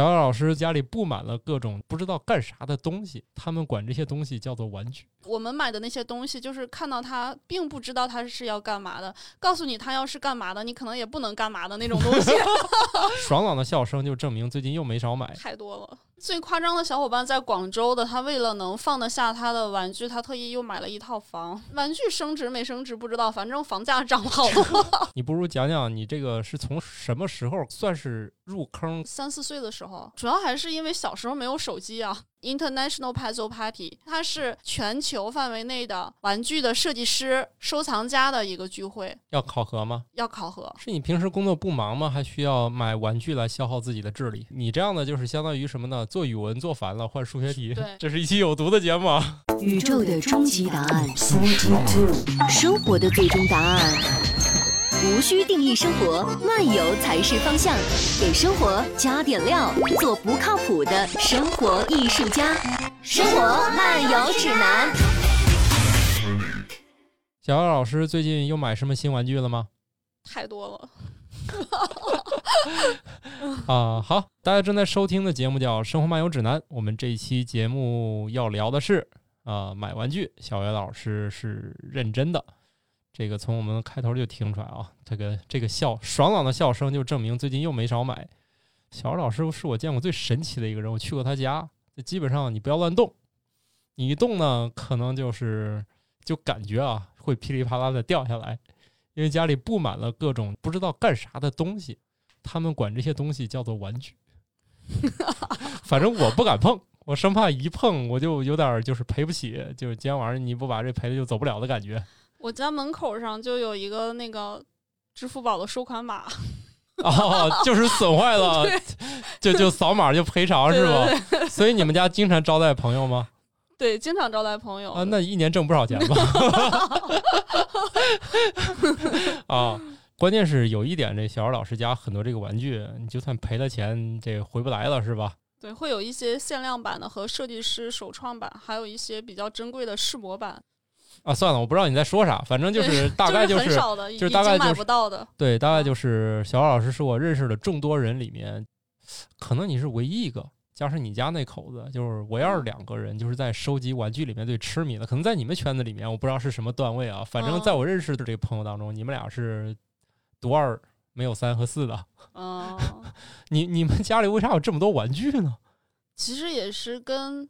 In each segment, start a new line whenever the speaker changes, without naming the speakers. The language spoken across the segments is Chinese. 小姚老师家里布满了各种不知道干啥的东西，他们管这些东西叫做玩具。
我们买的那些东西，就是看到它，并不知道它是要干嘛的。告诉你它要是干嘛的，你可能也不能干嘛的那种东西，
爽朗的笑声就证明最近又没少买。
太多了。最夸张的小伙伴在广州的，他为了能放得下他的玩具，他特意又买了一套房。玩具升值没升值不知道，反正房价涨了 好多。
你不如讲讲你这个是从什么时候算是入坑？
三四岁的时候，主要还是因为小时候没有手机啊。International Paizo Party，它是全球范围内的玩具的设计师、收藏家的一个聚会，
要考核吗？
要考核。
是你平时工作不忙吗？还需要买玩具来消耗自己的智力？你这样的就是相当于什么呢？做语文做烦了，换数学题。
对
这是一期有毒的节目啊。
宇宙的终极答案，生活的最终答案。无需定义生活，漫游才是方向。给生活加点料，做不靠谱的生活艺术家。生活漫游指南。
小姚老师最近又买什么新玩具了吗？
太多了。
啊，好，大家正在收听的节目叫《生活漫游指南》，我们这一期节目要聊的是啊、买玩具。小袁老师是认真的，这个从我们开头就听出来啊，这个这个笑爽朗的笑声就证明最近又没少买。小袁老师是我见过最神奇的一个人，我去过他家，基本上你不要乱动，你一动呢，可能就是就感觉啊会噼里啪啦的掉下来，因为家里布满了各种不知道干啥的东西。他们管这些东西叫做玩具， 反正我不敢碰，我生怕一碰我就有点儿就是赔不起，就是今天晚上你不把这赔了就走不了的感觉
我家门口上就有一个那个支付宝的收款码，
哦，就是损坏 了， 就就扫码就赔偿啊是吧？
对对
所以你们家经常招待朋友吗？
对，经常招待朋友
啊，那一年挣不少钱吧？ 啊，关键是有一点，这小姚老师家很多这个玩具，你就算赔了钱，这回不来了是吧？
对，会有一些限量版的和设计师首创版，还有一些比较珍贵的试模版，
啊，算了，我不知道你在说啥，反正就
对
是大概
就
就是
很少的，已
就是
经
大概就
买
是
不到的。
对，大概就是小姚老师是我认识的众多人里面，可能你是唯一一个，加上你家那口子，就是唯
嗯
二两个人，就是在收集玩具里面最痴迷的。可能在你们圈子里面，我不知道是什么段位啊，反正
嗯
在我认识的这个朋友当中，你们俩是独二没有三和四的。
嗯，
你你们家里为啥有这么多玩具呢？
其实也是跟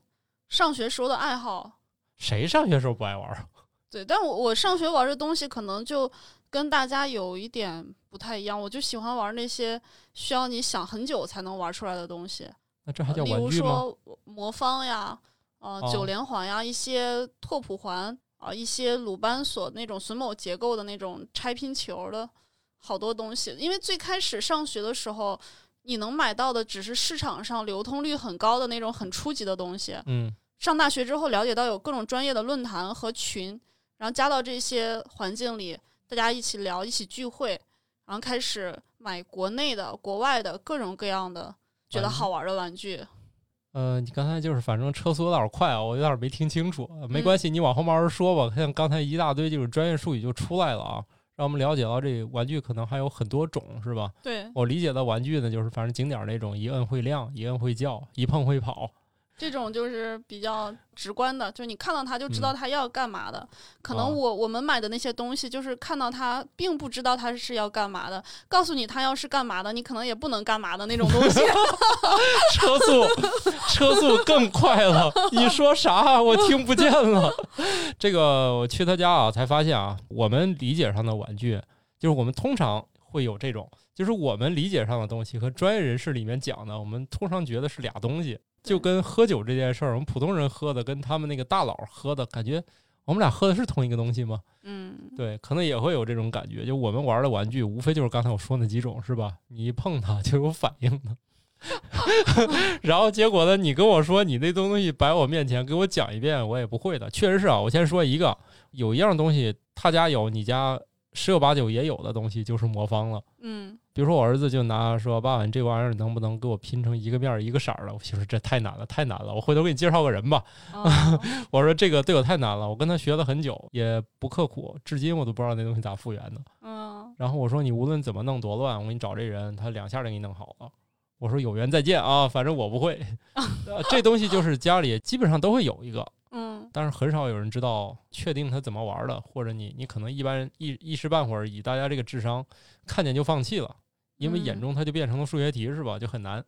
上学时候的爱好。
谁上学时候不爱玩儿啊？
对，但我我上学玩这东西可能就跟大家有一点不太一样，我就喜欢玩那些需要你想很久才能玩出来的东西。
那这还叫
呃例
玩
如
具吗？
说魔方呀，呃，
哦
九连环呀，一些拓扑环啊、一些鲁班锁那种榫卯结构的那种拆拼球的，好多东西。因为最开始上学的时候，你能买到的只是市场上流通率很高的那种很初级的东西。
嗯，
上大学之后，了解到有各种专业的论坛和群，然后加到这些环境里，大家一起聊，一起聚会，然后开始买国内的、国外的各种各样的觉得
玩具
好玩的玩具。
呃，你刚才就是反正车速有点快啊，我有点没听清楚，没关系，你往后慢慢说吧。像刚才一大堆就是专业术语就出来了啊，让我们了解到这玩具可能还有很多种，是吧？
对，
我理解的玩具呢，就是反正景点儿那种一摁会亮，一摁会叫，一碰会跑。
这种就是比较直观的，就是你看到它就知道它要干嘛的。可
哦
能我我们买的那些东西，就是看到它并不知道它是要干嘛的，告诉你它要是干嘛的，你可能也不能干嘛的那种东西。
车速，车速更快了。你说啥？我听不见了。这个我去他家啊，才发现啊，我们理解上的玩具，就是我们通常会有这种，就是我们理解上的东西和专业人士里面讲的，我们通常觉得是俩东西。就跟喝酒这件事儿，我们普通人喝的跟他们那个大佬喝的感觉，我们俩喝的是同一个东西吗？
嗯，
对，可能也会有这种感觉。就我们玩的玩具，无非就是刚才我说那几种，是吧？你一碰它就有反应的。 然后结果呢？你跟我说你那东西摆我面前，给我讲一遍，我也不会的。确实是啊，我先说一个，有一样东西他家有，你家十有八九也有的东西，就是魔方了。
嗯，
比如说我儿子就拿说：“爸爸，你这玩意儿能不能给我拼成一个面儿一个色儿的？”我媳妇说：“这太难了，太难了，我回头给你介绍个人吧。”
哦
我说这个对我太难了，我跟他学了很久，也不刻苦，至今我都不知道那东西咋复原的。
嗯，
然后我说你无论怎么弄多乱，我给你找这人，他两下就给你弄好了。我说有缘再见啊，反正我不会。呃这东西就是家里基本上都会有一个，
嗯
但是很少有人知道确定它怎么玩儿的，或者你你可能一般一一时半会儿以大家这个智商，看见就放弃了，因为眼
嗯
中它就变成了数学题是吧？就很难。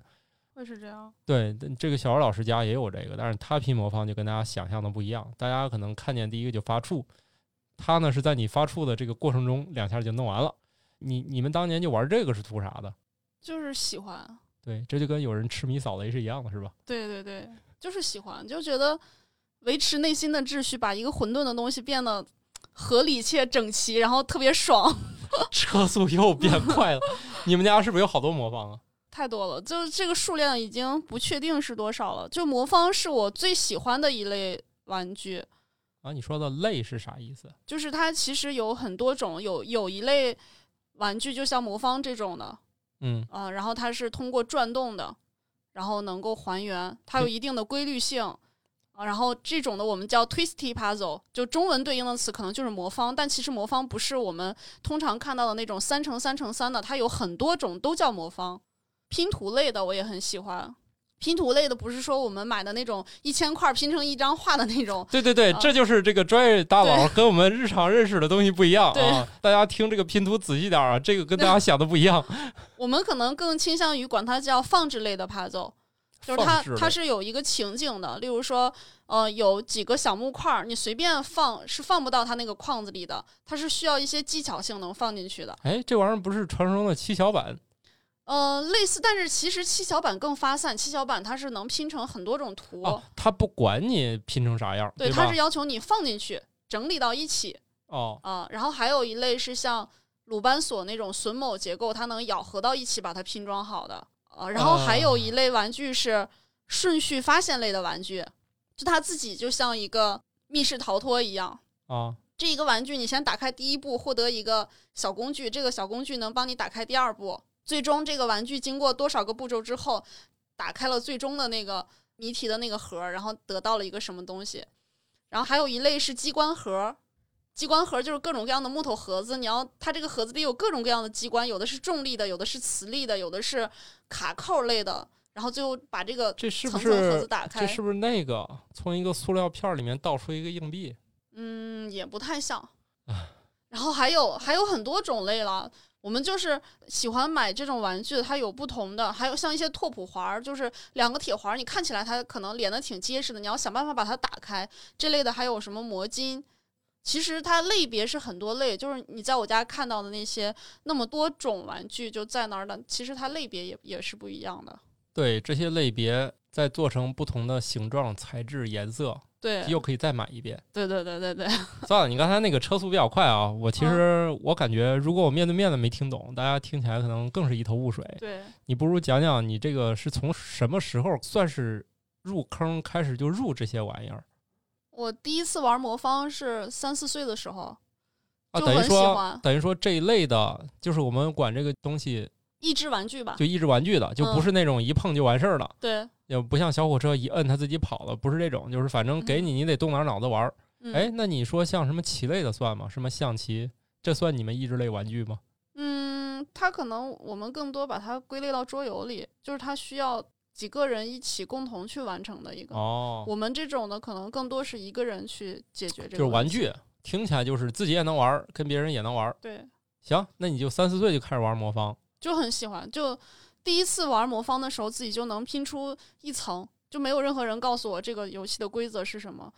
会是这样。
对，但这个小姚老师家也有这个，但是他拼魔方就跟大家想象的不一样。大家可能看见第一个就发怵，他呢是在你发怵的这个过程中两下就弄完了。你你们当年就玩这个是图啥的？
就是喜欢，
对，这就跟有人吃米扫雷是一样的，是吧？
对对对，就是喜欢，就觉得维持内心的秩序，把一个混沌的东西变得合理且整齐，然后特别爽，
车速又变快了。你们家是不是有好多魔方啊？
太多了。就是这个数量已经不确定是多少了。就魔方是我最喜欢的一类玩具，
啊，你说的累是啥意思？
就是它其实有很多种，有有一类玩具就像魔方这种的，
嗯，
啊、然后它是通过转动的，然后能够还原，它有
对
一定的规律性啊。然后这种的我们叫 twisty puzzle，就中文对应的词可能就是魔方，但其实魔方不是我们通常看到的那种三乘三乘三的，它有很多种都叫魔方。拼图类的我也很喜欢，拼图类的不是说我们买的那种一千块拼成一张画的那种，
对对对，
啊
这就是这个专业大佬跟我们日常认识的东西不一样
对
啊。大家听这个拼图仔细点儿啊，这个跟大家想的不一样。
我们可能更倾向于管它叫放置类的 puzzle。就是它
放置
它
类
是有一个情景的，例如说，呃，有几个小木块儿，你随便放是放不到它那个框子里的，它是需要一些技巧性能放进去的。
哎，这玩意儿不是传说中的七巧板？
呃，类似，但是其实七巧板更发散，七巧板它是能拼成很多种图，
哦，他不管你拼成啥样儿，
对，它
吧
是？要求你放进去整理到一起
哦，
啊、然后还有一类是像鲁班锁那种榫卯结构，它能咬合到一起把它拼装好的啊、然后还有一类玩具是顺序发现类的玩具，就它自己就像一个密室逃脱一样。
啊，
这一个玩具，你先打开第一步，获得一个小工具，这个小工具能帮你打开第二步。最终，这个玩具经过多少个步骤之后，打开了最终的那个谜题的那个盒儿，然后得到了一个什么东西。然后还有一类是机关盒儿，机关盒儿就是各种各样的木头盒子，你要它这个盒子里有各种各样的机关，有的是重力的，有的是磁力的，有的是卡扣类的。然后最后把这个
这是不
层层盒子
是
打开，
这是不是那个从一个塑料片儿里面倒出一个硬币？
嗯，也不太像。 然后还有还有很多种类了，我们就是喜欢买这种玩具，它有不同的，还有像一些拓扑环儿，就是两个铁环儿，你看起来它可能连的挺结实的，你要想办法把它打开。这类的还有什么魔晶？其实它类别是很多类，就是你在我家看到的那些那么多种玩具就在那儿的，其实它类别也也是不一样的。
对，这些类别再做成不同的形状、材质、颜色，
对，
又可以再买一遍。
对对对对对，
算了，你刚才那个车速比较快啊，我其
嗯
实我感觉，如果我面对面的没听懂，大家听起来可能更是一头雾水。
对，
你不如讲讲你这个是从什么时候算是入坑开始就入这些玩意儿
我第一次玩魔方是三四岁的时候，
啊？
就
等于
很喜
说
欢，
等于说这一类的，就是我们管这个东西
益智玩具吧，
就益智玩具的，就不
嗯
是那种一碰就完事儿的，
对，
也不像小火车一摁它自己跑了，不是这种，就是反正给你，你得动点脑子玩儿。
嗯、
哎，那你说像什么棋类的算吗？什么象棋，这算你们益智类玩具吗？
嗯，它可能我们更多把它归类到桌游里，就是它需要几个人一起共同去完成的一个。
哦，
我们这种的可能更多是一个人去解决
就
这个
是玩
问题。
具，听起来就是自己也能玩儿，跟别人也能玩儿。
对，
行，那你就三四岁就开始玩魔方，
就很喜欢。就第一次玩魔方的时候，自己就能拼出一层，就没有任何人告诉我这个游戏的规则是什么。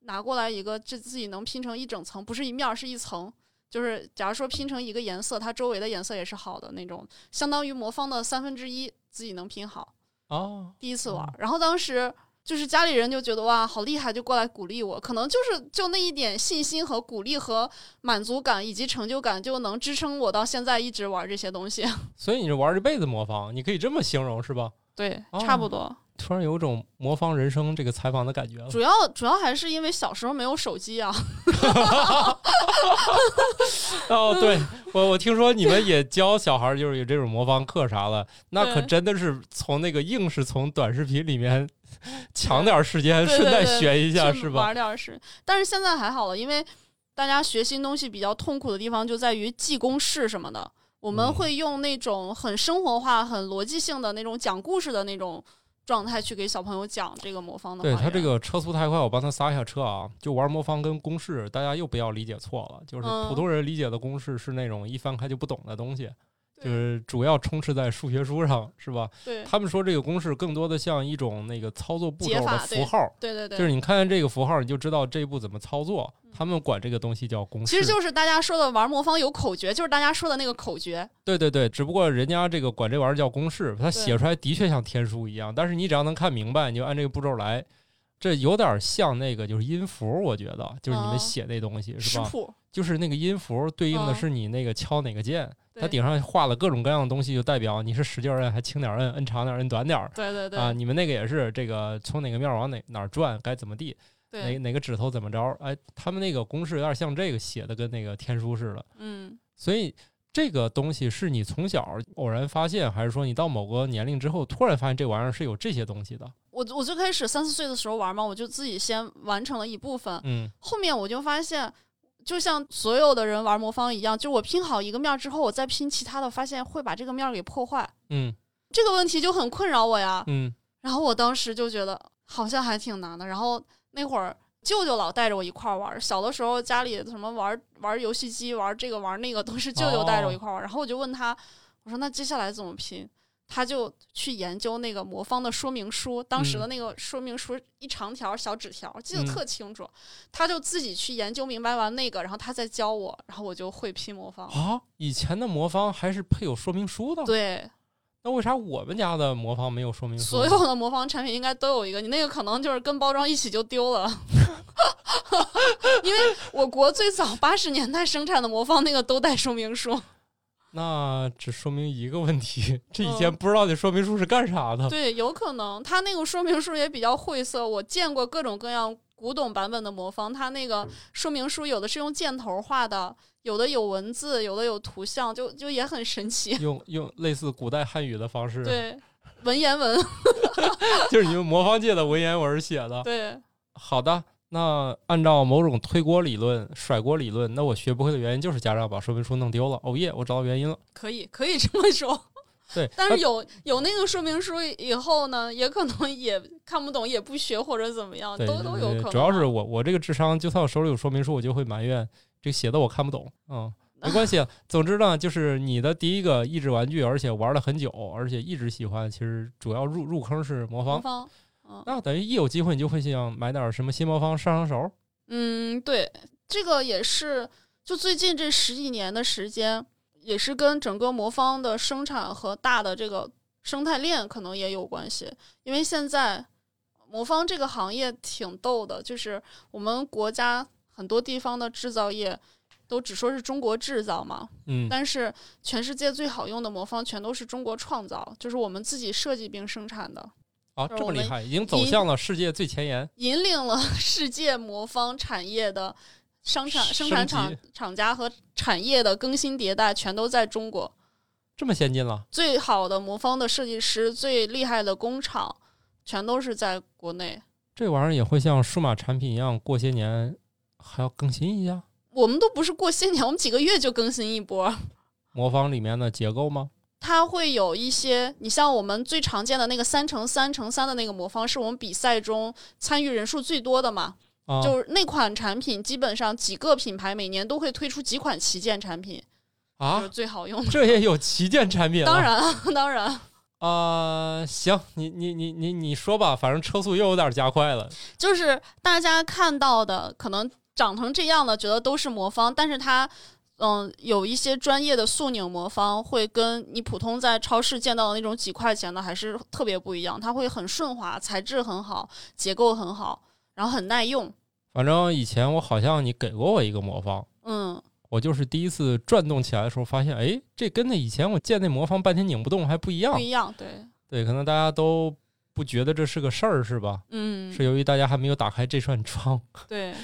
拿过来一个，这自己能拼成一整层，不是一面儿，是一层。就是假如说拼成一个颜色，它周围的颜色也是好的那种，相当于魔方的三分之一，自己能拼好。
哦，
第一次玩儿
嗯，
然后当时就是家里人就觉得哇好厉害，就过来鼓励我，可能就是就那一点信心和鼓励和满足感以及成就感，就能支撑我到现在一直玩这些东西。
所以你是玩这辈子魔方，你可以这么形容是吧？
对，
哦
差不多。
突然有一种魔方人生这个采访的感觉了。
主要主要还是因为小时候没有手机啊，
哦， 对我我听说你们也教小孩儿就是有这种魔方课啥的，那可
对
真的是从那个硬是从短视频里面 抢点儿时间，
对
顺带
对对
学 一下
去
是吧？
玩点儿是，但是现在还好了，因为大家学新东西比较痛苦的地方就在于记公式什么的。我
嗯
们会用那种很生活化、很逻辑性的那种讲故事的那种状态去给小朋友讲这个魔方的还
对
原。
他这个车速太快，我帮他刹一下车啊！就玩魔方跟公式，大家又不要理解错了。就是
嗯
普通人理解的公式是那种一翻开就不懂的东西，
对
就是主要充斥在数学书上，是吧？
对
他们说这个公式更多的像一种那个操作步
解
骤的
法
符
对
号，
对对对，嗯
就是你看看这个符号，你就知道这一步怎么操作。他们管这个东西叫公式，
其实就是大家说的玩魔方有口诀，就是大家说的那个口诀。
对对对，只不过人家这个管这玩意儿叫公式，它写出来的确像天书一样，但是你只要能看明白，你就按这个步骤来。这有点像那个就是音符，我觉得就是你
哦
们写那东西、是
食
吧？
谱，
就是那个音符对应的
嗯
是你那个敲哪个键，它
对
顶上画了各种各样的东西，就代表你是使劲儿摁还轻点儿摁，摁长点儿摁短点儿
对对对，
啊。你们那个也是这个从哪个面儿往哪哪儿转，该怎么地，哪
对，
哪个指头怎么着？哎，他们那个公式有点像这个写的跟那个天书似的。
嗯，
所以这个东西是你从小偶然发现，还是说你到某个年龄之后突然发现这玩意儿是有这些东西的？
我我最开始三四岁的时候玩嘛，我就自己先完成了一部分，
嗯，
后面我就发现。就像所有的人玩魔方一样，就是我拼好一个面儿之后，我再拼其他的，发现会把这个面儿给破坏，
嗯
这个问题就很困扰我呀。
嗯
然后我当时就觉得好像还挺难的。然后那会儿舅舅老带着我一块儿玩儿，小的时候家里什么玩玩游戏机、玩这个玩那个，都是舅舅带着我一块儿玩儿。然后我就问他，我说那接下来怎么拼？他就去研究那个魔方的说明书，当时的那个说明书一长条小纸条，记得
嗯
特清楚。他就自己去研究明白完那个，然后他再教我，然后我就会拼魔方。
啊，以前的魔方还是配有说明书的，
对，
那为啥我们家的魔方没有说明书
所
呢？
有的魔方产品应该都有一个，你那个可能就是跟包装一起就丢了， 因为我国最早八十年代生产的魔方那个都带说明书。
那只说明一个问题，这以
嗯
前不知道这说明书是干啥的。
对，有可能它那个说明书也比较晦涩，我见过各种各样古董版本的魔方，它那个说明书有的是用箭头画的，有的有文字，有的有图像，就就也很神奇。
用用类似古代汉语的方式，
对，文言文，
就是你们魔方界的文言文写的。
对
好的，那按照某种推锅理论、甩锅理论，那我学不会的原因就是家长把说明书弄丢了。哦耶，我找到原因了。
可以可以这么说。
对，
但
那
是有有那个说明书以后呢，也可能也看不懂，也不学或者怎么样，
对，
都都有可能。啊
主要是我我这个智商，就算我手里有说明书，我就会埋怨这写的我看不懂。嗯， 没关系。总之呢，就是你的第一个益智玩具，而且玩了很久，而且一直喜欢，其实主要入入坑是魔
魔
方。
方，嗯
那等于一有机会，你就会想买点什么新魔方上上手。
嗯，对，这个也是，就最近这十几年的时间，也是跟整个魔方的生产和大的这个生态链可能也有关系，因为现在魔方这个行业挺逗的，就是我们国家很多地方的制造业都只说是中国制造嘛，
嗯
但是全世界最好用的魔方全都是中国创造，就是我们自己设计并生产的，
啊，
就是
这么
我
厉
们
害，已经走
一
向了世界最前沿。
引领了 世界魔方产业的商产
升
生产厂
级
厂家和产业的更新迭代，全都在中国。
这么先进了，
最好的魔方的设计师、最厉害的工厂，全都是在国内。
这玩意儿也会像数码产品一样，过些年还要更新一下
我们都不是过些年，我们几个月就更新一波。
魔方里面的结构吗？
它会有一些，你像我们最常见的那个三乘三乘三的那个魔方，是我们比赛中参与人数最多的嘛？
啊，
就是那款产品，基本上几个品牌每年都会推出几款旗舰产品，就是
啊，
最好用的。
这也有旗舰产品了。
当然啊，当然，
啊、行，你你你你你说吧，反正车速又有点加快了。
就是大家看到的，可能长成这样的，觉得都是魔方，但是它。嗯，有一些专业的速拧魔方会跟你普通在超市见到的那种几块钱的还是特别不一样，它会很顺滑，材质很好，结构很好，然后很耐用。
反正以前我好像你给过我一个魔方，
嗯，
我就是第一次转动起来的时候发现，哎，这跟那以前我见那魔方半天拧不动还不一样
不。一样，对，
对，可能大家都不觉得这是个事儿，是吧？
嗯
是，由于大家还没有打开这扇窗，
对，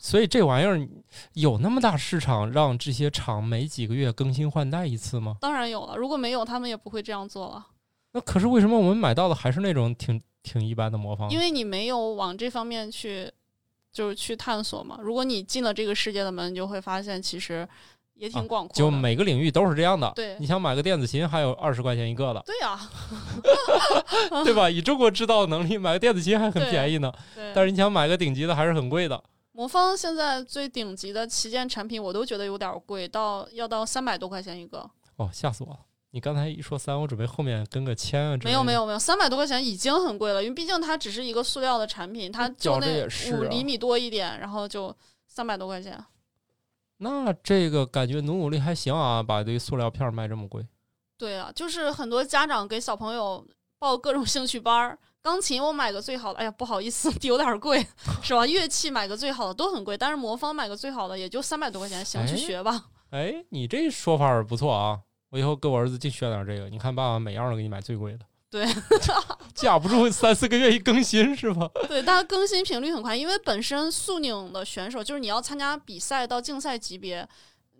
所以这玩意儿有那么大市场，让这些厂每几个月更新换代一次吗？
当然有了。如果没有，他们也不会这样做了，
那可是为什么我们买到的还是那种挺挺一般的魔方？
因为你没有往这方面去，就是去探索嘛。如果你进了这个世界的门，你就会发现，其实也挺广阔的。
啊就每个领域都是这样的。
对
你想买个电子琴，还有二十块钱一个的，
对呀、啊
对吧？以中国制造能力，买个电子琴还很
对
便宜呢。
对。
但是你想买个顶级的，还是很贵的。
魔方现在最顶级的旗舰产品，我都觉得有点贵，到要到三百多块钱一个。
哦，吓死我了！你刚才一说三，我准备后面跟个千啊之类的。
没有没有没有，三百多块钱已经很贵了，因为毕竟它只是一个塑料的产品，它就
觉着
那
也是
五
啊
厘米多一点，然后就三百多块钱。
那这个感觉努努力还行啊，把这个塑料片儿卖这么贵。
对啊，就是很多家长给小朋友报各种兴趣班儿，钢琴我买个最好的，哎呀不好意思， 有点贵，是吧？乐器买个最好的都很贵，但是魔方买个最好的也就三百多块钱，行，
哎
去学吧。
哎，你这说法儿不错啊！我以后给我儿子净选点儿这个。你看，爸爸每样儿都给你买最贵的。
对，
架不住三四个月一更新是吧？
对，它更新频率很快，因为本身速拧的选手就是你要参加比赛到竞赛级别，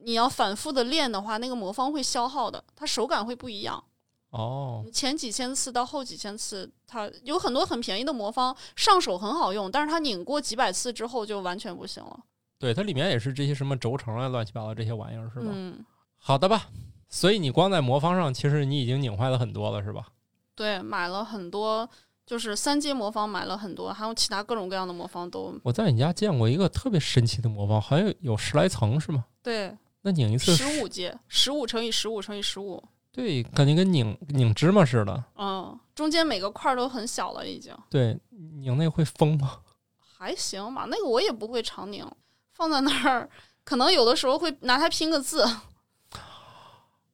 你要反复的练的话，那个魔方会消耗的，它手感会不一样。
哦，
前几千次到后几千次，它有很多很便宜的魔方，上手很好用，但是它拧过几百次之后就完全不行了。
对，它里面也是这些什么轴承啊、乱七八糟这些玩意儿是吧？
嗯，
好的吧。所以你光在魔方上，其实你已经拧坏了很多了，是吧？
对，买了很多，就是三阶魔方买了很多，还有其他各种各样的魔方都
我在你家见过一个特别神奇的魔方，好像有有十来层是吗？
对，
那拧一次
十五阶，十五乘以十五乘以十五，
对，感觉跟拧拧芝麻似的。
嗯，中间每个块儿都很小了，已经
对，拧那会疯吗？
还行吧。那个我也不会常拧，放在那儿，可能有的时候会拿它拼 个字，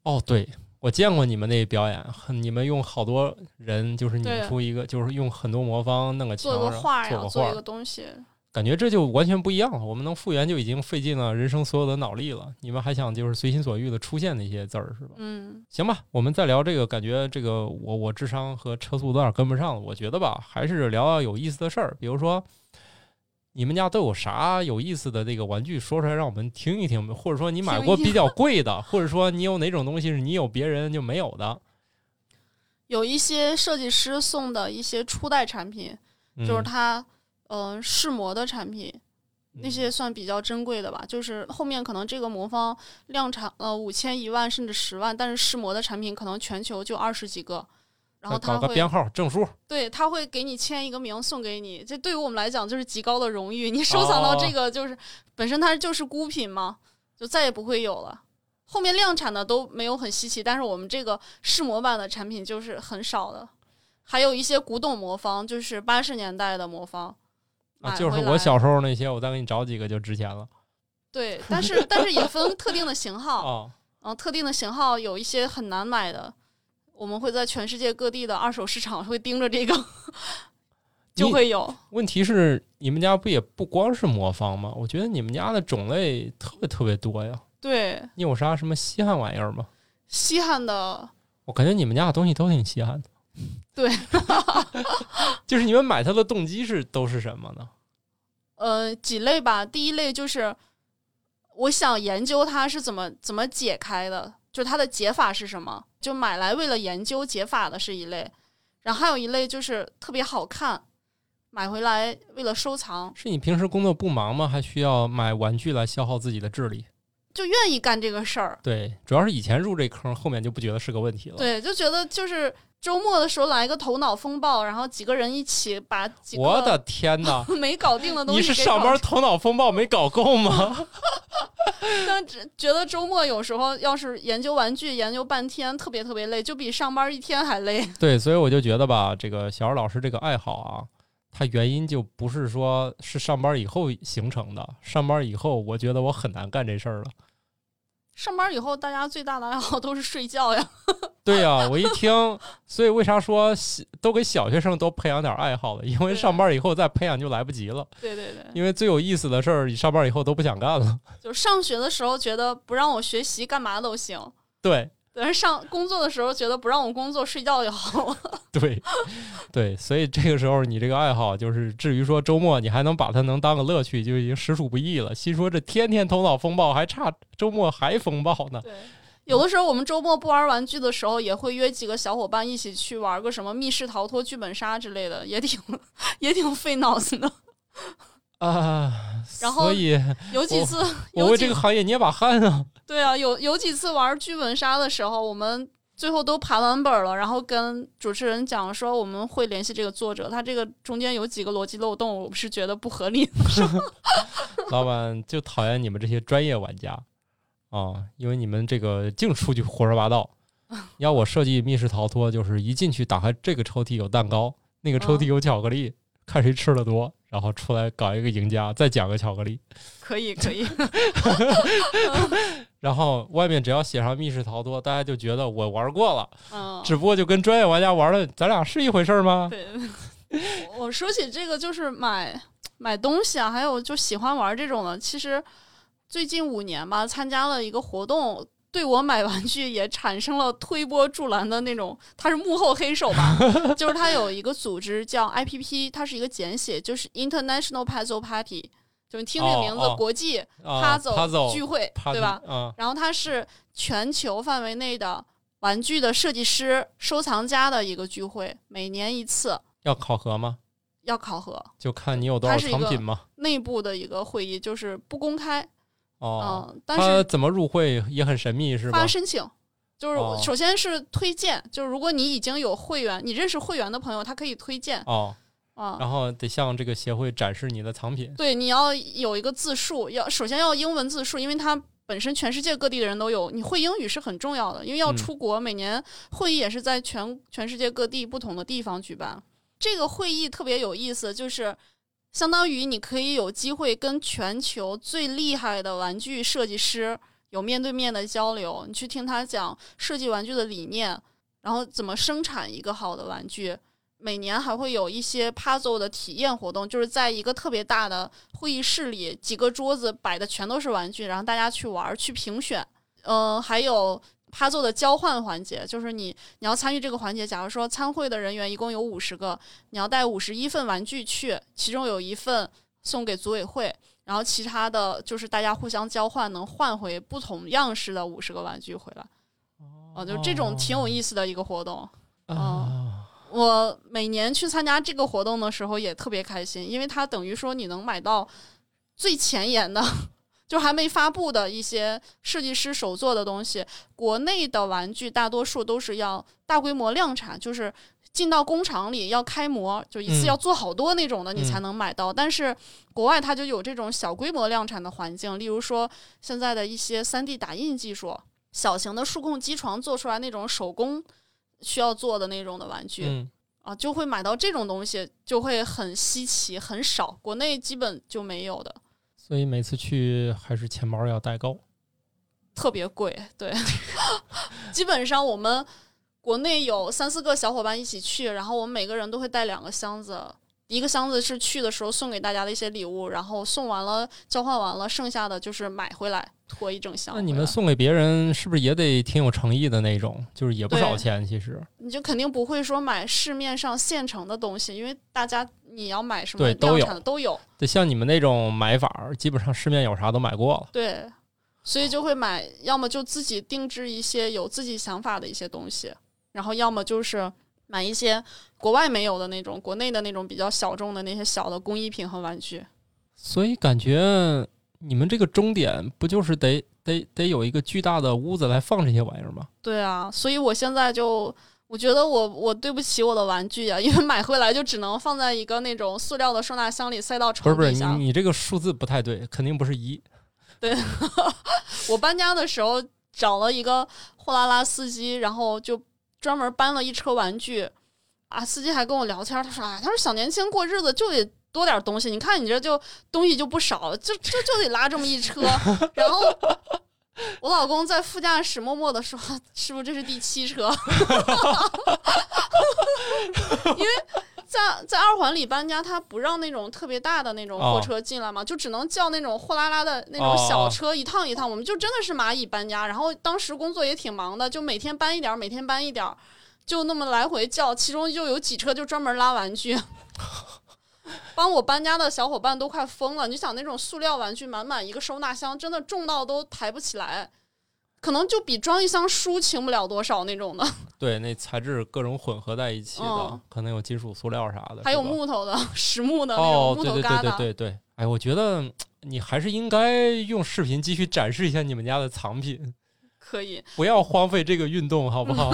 哦，对，我见过你们那表演，很你们用好多人，就是拧
对
出一个，就是用很多魔方弄个墙
做个
上
画呀，
做个
做
画
一个，东西。
感觉这就完全不一样了。我们能复原就已经费尽了人生所有的脑力了，你们还想就是随心所欲的出现那些字儿是吧？
嗯，
行吧，我们再聊这个，感觉这个我我智商和车速有点跟不上了。我觉得吧，还是聊聊有意思的事儿，比如说你们家都有啥有意思的这个玩具，说出来让我们听一听，或者说你买过比 较贵的，或者说你有哪种东西是你有别人就没有的，
有一些设计师送的一些初代产品，
嗯
就是它，嗯、试模的产品，
嗯
那些算比较珍贵的吧。就是后面可能这个魔方量产呃五千、一万甚至十万，但是试模的产品可能全球就二十几个，然后
再
他
搞个
会
编号证书，
对他会给你签一个名送给你，这对于我们来讲就是极高的荣誉。你收藏
哦
到这个就是、本身它就是孤品嘛，就再也不会有了。后面量产的都没有很稀奇，但是我们这个试模版的产品就是很少的，还有一些古董魔方，就是八十年代的魔方，
啊，
买
就是
回
我
来
小时候那些，我再给你找几个就值钱了
对，但是但是也分特定的型号，
啊。
嗯、特定的型号有一些很难买的，我们会在全世界各地的二手市场会盯着这个，就
你
会有。
问题是你们家不也不光是魔方吗？我觉得你们家的种类特别特别多呀。
对，
你有啥什么稀罕玩意儿吗？
稀罕的
我感觉你们家的东西都挺稀罕的。
对，
就是你们买它的动机是都是什么呢？
呃几类吧。第一类就是我想研究它是怎么怎么解开的，就是它的解法是什么，就买来为了研究解法的是一类。然后还有一类就是特别好看，买回来为了收藏，
是你平时工作不忙吗？还需要买玩具来消耗自己的智力？
就愿意干这个事儿。
对，主要是以前入这坑，后面就不觉得是个问题了。，
对，就觉得就是周末的时候来个头脑风暴，然后几个人一起把几个
我的天哪！
没搞定的东
你
西
是
给
上
搞
班
定，
头脑风暴没搞够 吗？
但只觉得周末有时候要是研究玩具研究半天，特别特别累，就比上班一天还累。
对，所以我就觉得吧，这个小二老师这个爱好啊，它原因就不是说是上班以后形成的。上班以后，我觉得我很难干这事儿了。
上班以后，大家最大的爱好都是睡觉呀。
对呀、我一听，所以为啥说小都给小学生多培养点爱好了？因为
对
上班以后再培养就来不及了。
对对对，
因为最有意思的事儿，你上班以后都不想干了。
就上学的时候觉得不让我学习干嘛都行，
对
但是上工作的时候觉得不让我工作睡觉就好了。
对对，所以这个时候你这个爱好，就是至于说周末你还能把它能当个乐趣，就已经实属不易了。心说这天天头脑风暴，还差周末还风暴呢。
对，有的时候我们周末不玩玩具的时候，也会约几个小伙伴一起去玩个什么密室逃脱、剧本杀之类的，也挺也挺费脑子的。
啊，
然后
所以
有几次，
哦 我
有
为
几
这个行业捏把汗啊。
对啊，有有几次玩剧本杀的时候，我们最后都盘完本了，然后跟主持人讲说我们会联系这个作者，他这个中间有几个逻辑漏洞，我们是觉得不合理的。
老板就讨厌你们这些专业玩家啊，因为你们这个净出去胡说八 道。要我设计密室逃脱，就是一进去打开这个抽屉有蛋糕，那个抽屉
嗯
有巧克力，看谁吃的多，然后出来搞一个赢家，再讲个巧克力。
可以，可以，
然后外面只要写上密室逃脱，大家就觉得我玩过了，
嗯，
只不过就跟专业玩家玩的，咱俩是一回事儿吗？
对， 我我说起这个就是买买东西啊，还有就喜欢玩这种的。其实最近五年吧，参加了一个活动，对我买玩具也产生了推波助澜的那种。他是幕后黑手 吧？就是他有一个组织叫 IPP，它是一个简写，就是 International Puzzle Party，就你听这个
哦
名字，
哦
国际
啊
puzzle,、聚会，对吧？？
啊，
然后它是全球范围内的玩具的设计师、收藏家的一个聚会，每年一次，
要考核吗？
要考核。
就看你有多少
它是一个
藏品嘛。
内部的一个会议，就是不公开，嗯、
哦，
但
他
是
怎么入会也很神秘，是吧
发？申请，就是
哦
首先是推荐，就是如果你已经有会员，你认识会员的朋友，他可以推荐
哦，
啊。
然后得向这个协会展示你的藏品。
对，你要有一个字数，要首先要英文字数，因为它本身全世界各地的人都有，你会英语是很重要的，因为要
嗯
出国，每年会议也是在全全世界各地不同的地方举办。这个会议特别有意思，就是相当于你可以有机会跟全球最厉害的玩具设计师有面对面的交流，你去听他讲设计玩具的理念，然后怎么生产一个好的玩具。每年还会有一些 puzzle 的体验活动，就是在一个特别大的会议室里，几个桌子摆的全都是玩具，然后大家去玩儿去评选。嗯、还有 puzzle 的交换环节，就是你你要参与这个环节。假如说参会的人员一共有五十个，你要带五十一份玩具去，其中有一份送给组委会，然后其他的就是大家互相交换，能换回不同样式的五十个玩具回来。哦，就这种挺有意思的一个活动。
啊，
我每年去参加这个活动的时候也特别开心，因为它等于说你能买到最前沿的， 就还没发布的一些设计师手做的东西。国内的玩具大多数都是要大规模量产，就是进到工厂里要开模，就一次
嗯
要做好多那种的，你
嗯
才能买到。但是国外它就有这种小规模量产的环境，例如说现在的一些 3D 打印技术，小型的数控机床做出来那种手工需要做的那种的玩具。
嗯，
啊，就会买到这种东西，就会很稀奇，很少，国内基本就没有的，
所以每次去还是钱包要带够。
特别贵。对， 基本上我们国内有三四个小伙伴一起去，然后我们每个人都会带两个箱子，一个箱子是去的时候送给大家的一些礼物，然后送完了交换完了，剩下的就是买回来拖一整箱
那
回来。
你们送给别人是不是也得挺有诚意的那种？就是也不
对
少钱，其实
你就肯定不会说买市面上现成的东西，因为大家你要买什么
对都
量
有
产的都有。
得像你们那种买法儿，基本上市面有啥都买过了。
对，所以就会买，要么就自己定制一些有自己想法的一些东西，然后要么就是买一些国外没有的那种，国内的那种比较小众的那些小的工艺品和玩具。
所以感觉你们这个终点不就是得得得有一个巨大的屋子来放这些玩意儿吗？
对啊，所以我现在就。我觉得我我对不起我的玩具呀、啊因为买回来就只能放在一个那种塑料的收纳箱里，塞到
不是
床
不是，
底
你
下。
你这个数字不太对，肯定不是一。
我搬家的时候找了一个货拉拉司机，然后就专门搬了一车玩具。啊，司机还跟我聊天，他说：“哎，他说小年轻过日子就得多点东西，你看你这就东西就不少，就就就得拉这么一车。”然后我老公在副驾驶默默的说：“师傅，这是第七车。” 因为在在二环里搬家，他不让那种特别大的那种货车进来嘛，就只能叫那种货拉拉的那种
哦
小
哦
车一趟一趟。我们就真的是蚂蚁搬家，然后当时工作也挺忙的，就每天搬一点儿，每天搬一点儿，就那么来回叫，其中就有几车就专门拉玩具。 帮我搬家的小伙伴都快疯了。你想那种塑料玩具满满一个收纳箱，真的重到都抬不起来，可能就比装一箱书轻不了多少那 种的，
对，那材质各种混合在一起的，
嗯
可能有金属、塑料啥的，
还有
是吧
木头的、实木的那
哦
种，木
对
头
对
疙瘩。
对对对对。哎，我觉得你还是应该用视频继续展示一下你们家的藏品，
可以。
不要荒废这个运动，好不 好？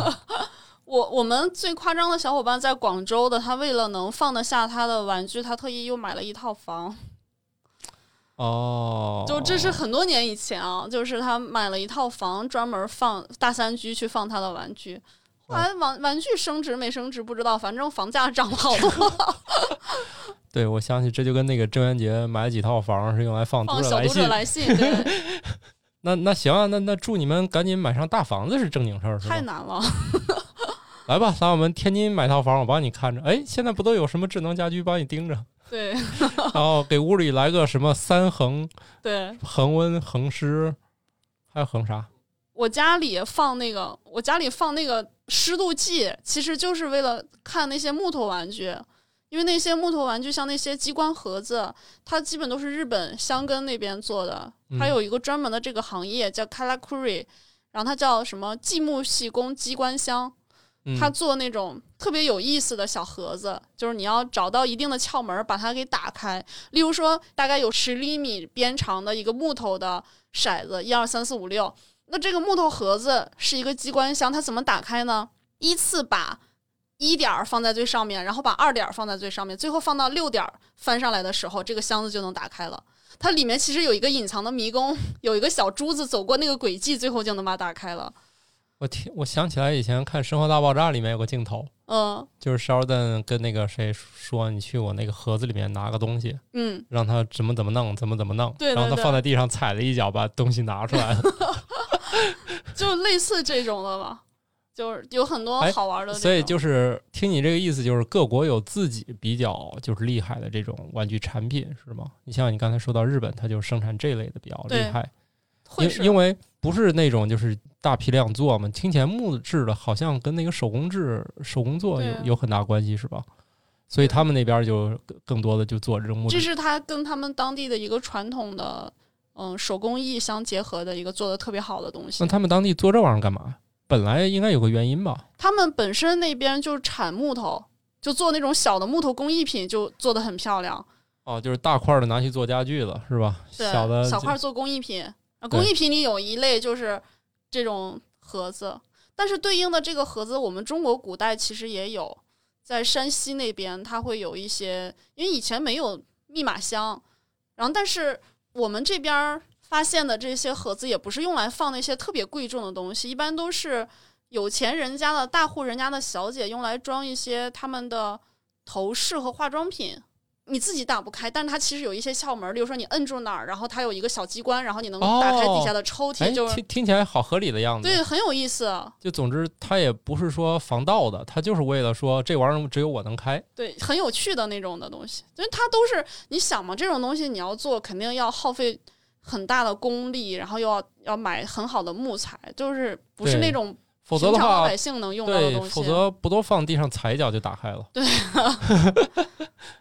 我我们最夸张的小伙伴在广州的，他为了能放得下他的玩具，他特意又买了一套房。
哦，
就这是很多年以前啊，就是他买了一套房，专门放大三居去放他的玩具。
哦
后来玩玩具升值没升值不知道，反正房价涨了好多。
对，我想起这就跟那个郑渊洁买了几套房是用来放
放
者
小
来
读
信
者。来信， 对，
那那行啊，那那祝你们赶紧买上大房子是正经事儿，是吧
太？难了。
来吧，来我们天津买套房，我帮你看着。哎，现在不都有什么智能家居帮你盯 着，
对
然后给屋里来个什么三恒
对，
恒温、恒湿，还有恒啥？
我家里放那个，我家里放那个湿度计，其实就是为了看那些木头玩具，因为那些木头玩具像那些机关盒子，它基本都是日本箱根那边做的，
嗯
它有一个专门的这个行业叫 Kalakuri，然后它叫什么纪木细工机关箱，
嗯，
它做那种特别有意思的小盒子，就是你要找到一定的窍门儿把它给打开。例如说，大概有十厘米边长的一个木头的骰子，一二三四五六。那这个木头盒子是一个机关箱，它怎么打开呢？依次把一点儿放在最上面，然后把二点儿放在最上面，最后放到六点儿翻上来的时候，这个箱子就能打开了。它里面其实有一个隐藏的迷宫， 有一个小珠子走过那个轨迹，最后就能把它打开了。
我听我想起来以前看《生活大爆炸》里面有个镜头，
嗯
就是肖尔顿跟那个谁说：“你去我那个盒子里面拿个东西，
嗯，
让他怎么怎么弄，怎么怎么弄。”
对对
然后他
对
放在地上踩了一脚，把东西拿出来了。
就类似这种的吧，就是有很多
哎
好玩的这种、
所以就是听你这个意思，就是各国有自己比较就是厉害的这种玩具产品，是吗？你像你刚才说到日本，它就生产这类的比较厉
对
害，
会是
因因为不是那种就是大批量做嘛，听起来木质的，好像跟那个手工制手工做
对
有
啊
有很大关系，是吧？所以他们那边就更更多的就做这种木
这
质，
是它跟他们当地的一个传统的嗯手工艺相结合的一个做的特别好的东西
那。他们当地做这玩意儿干嘛？本来应该有个原因吧？
他们本身那边就产木头，就做那种小的木头工艺品，就做的很漂亮。
哦，就是大块儿的拿去做家具了，是吧？
对，
小的
块做工艺品，啊工艺品里有一类就是这种盒子，但是对应的这个盒子，我们中国古代其实也有，在山西那边它会有一些，因为以前没有密码箱，然后但是我们这边儿发现的这些盒子也不是用来放那些特别贵重的东西，一般都是有钱人家的大户人家的小姐用来装一些他们的头饰和化妆品。你自己打不开，但是它其实有一些窍门儿，比如说你摁住哪儿，然后它有一个小机关，然后你能打开底下的抽屉，
哎，
就是
听听起来好合理的样子。
对，很有意思，
就总之，他也不是说防盗的，他就是为了说这玩意儿只有我能开。
对，很有趣的那种的东西。因为它都是你想嘛，这种东西你要做，肯定要耗费很大的功力，然后又要要买很好的木材，就是不是
对
那种
否则
平
的
常老
话
百，姓能用到的
对，
东西。
否则不都放地上踩一脚就打开了？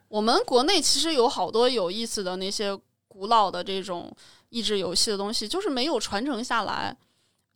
我们国内其实有好多有意思的那些古老的这种益智游戏的东西，就是没有传承下来。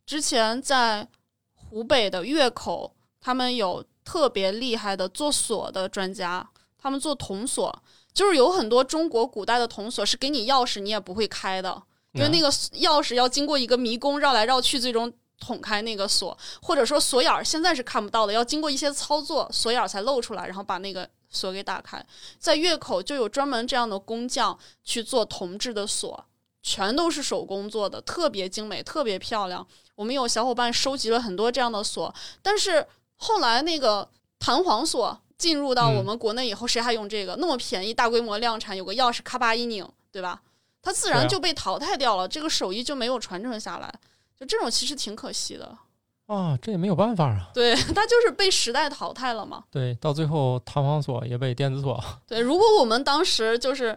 之前在湖北的岳口，他们有特别厉害的做锁的专家，他们做铜锁，就是有很多中国古代的铜锁是给你钥匙你也不会开的，因
嗯
为那个钥匙要经过一个迷宫绕来绕去，最终捅开那个锁，或者说锁眼儿现在是看不到的，要经过一些操作，锁眼儿才露出来，然后把那个锁给打开。在月口就有专门这样的工匠去做铜制的锁，全都是手工做的，特别精美，特别漂亮。我们有小伙伴收集了很多这样的锁，但是后来那个弹簧锁进入到
嗯
我们国内以后，谁还用这个？那么便宜，大规模量产，有个钥匙咔吧一拧，对吧？它自
对
然
啊
就被淘汰掉了，这个手艺就没有传承下来。就这种其实挺可惜的，
啊，这也没有办法啊。
对， 它就是被时代淘汰了嘛。
对，到最后弹簧锁也被电子锁，
对，如果我们当时就是，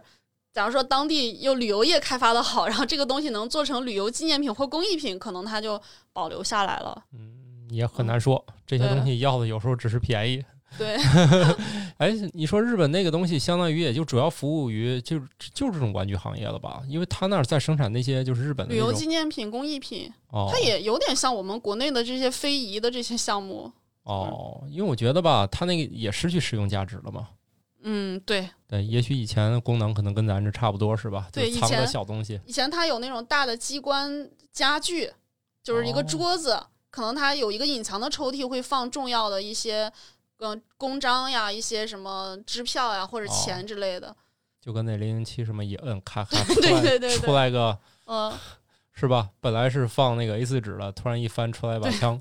假如说当地又旅游业开发的好，然后这个东西能做成旅游纪念品或工艺品，可能它就保留下来了。
嗯，也很难说。这些东西要的有时候只是便宜。
对，
哎，你说日本那个东西，相当于也就主要服务于就就这种玩具行业了吧？因为他那儿在生产那些就是日本的
旅
那
游
种
纪念品、工艺品，
哦，
它也有点像我们国内的这些非遗的这些项目。
哦，因为我觉得吧，他那个也失去使用价值了嘛。
嗯，对，
对，也许以前的功能可能跟咱这差不多，是吧？就
对以
藏点
前
小东西。
以前它有那种大的机关家具，就是一
哦
个桌子，可能它有一个隐藏的抽屉会放重要的一些，嗯、公章呀，一些什么支票呀或者
哦
钱之类的。
就跟那零零七什么一摁，咔咔出来
对对对
出来个
嗯，
是吧？本来是放那个 A 4纸的，突然一翻出来一把
对
枪，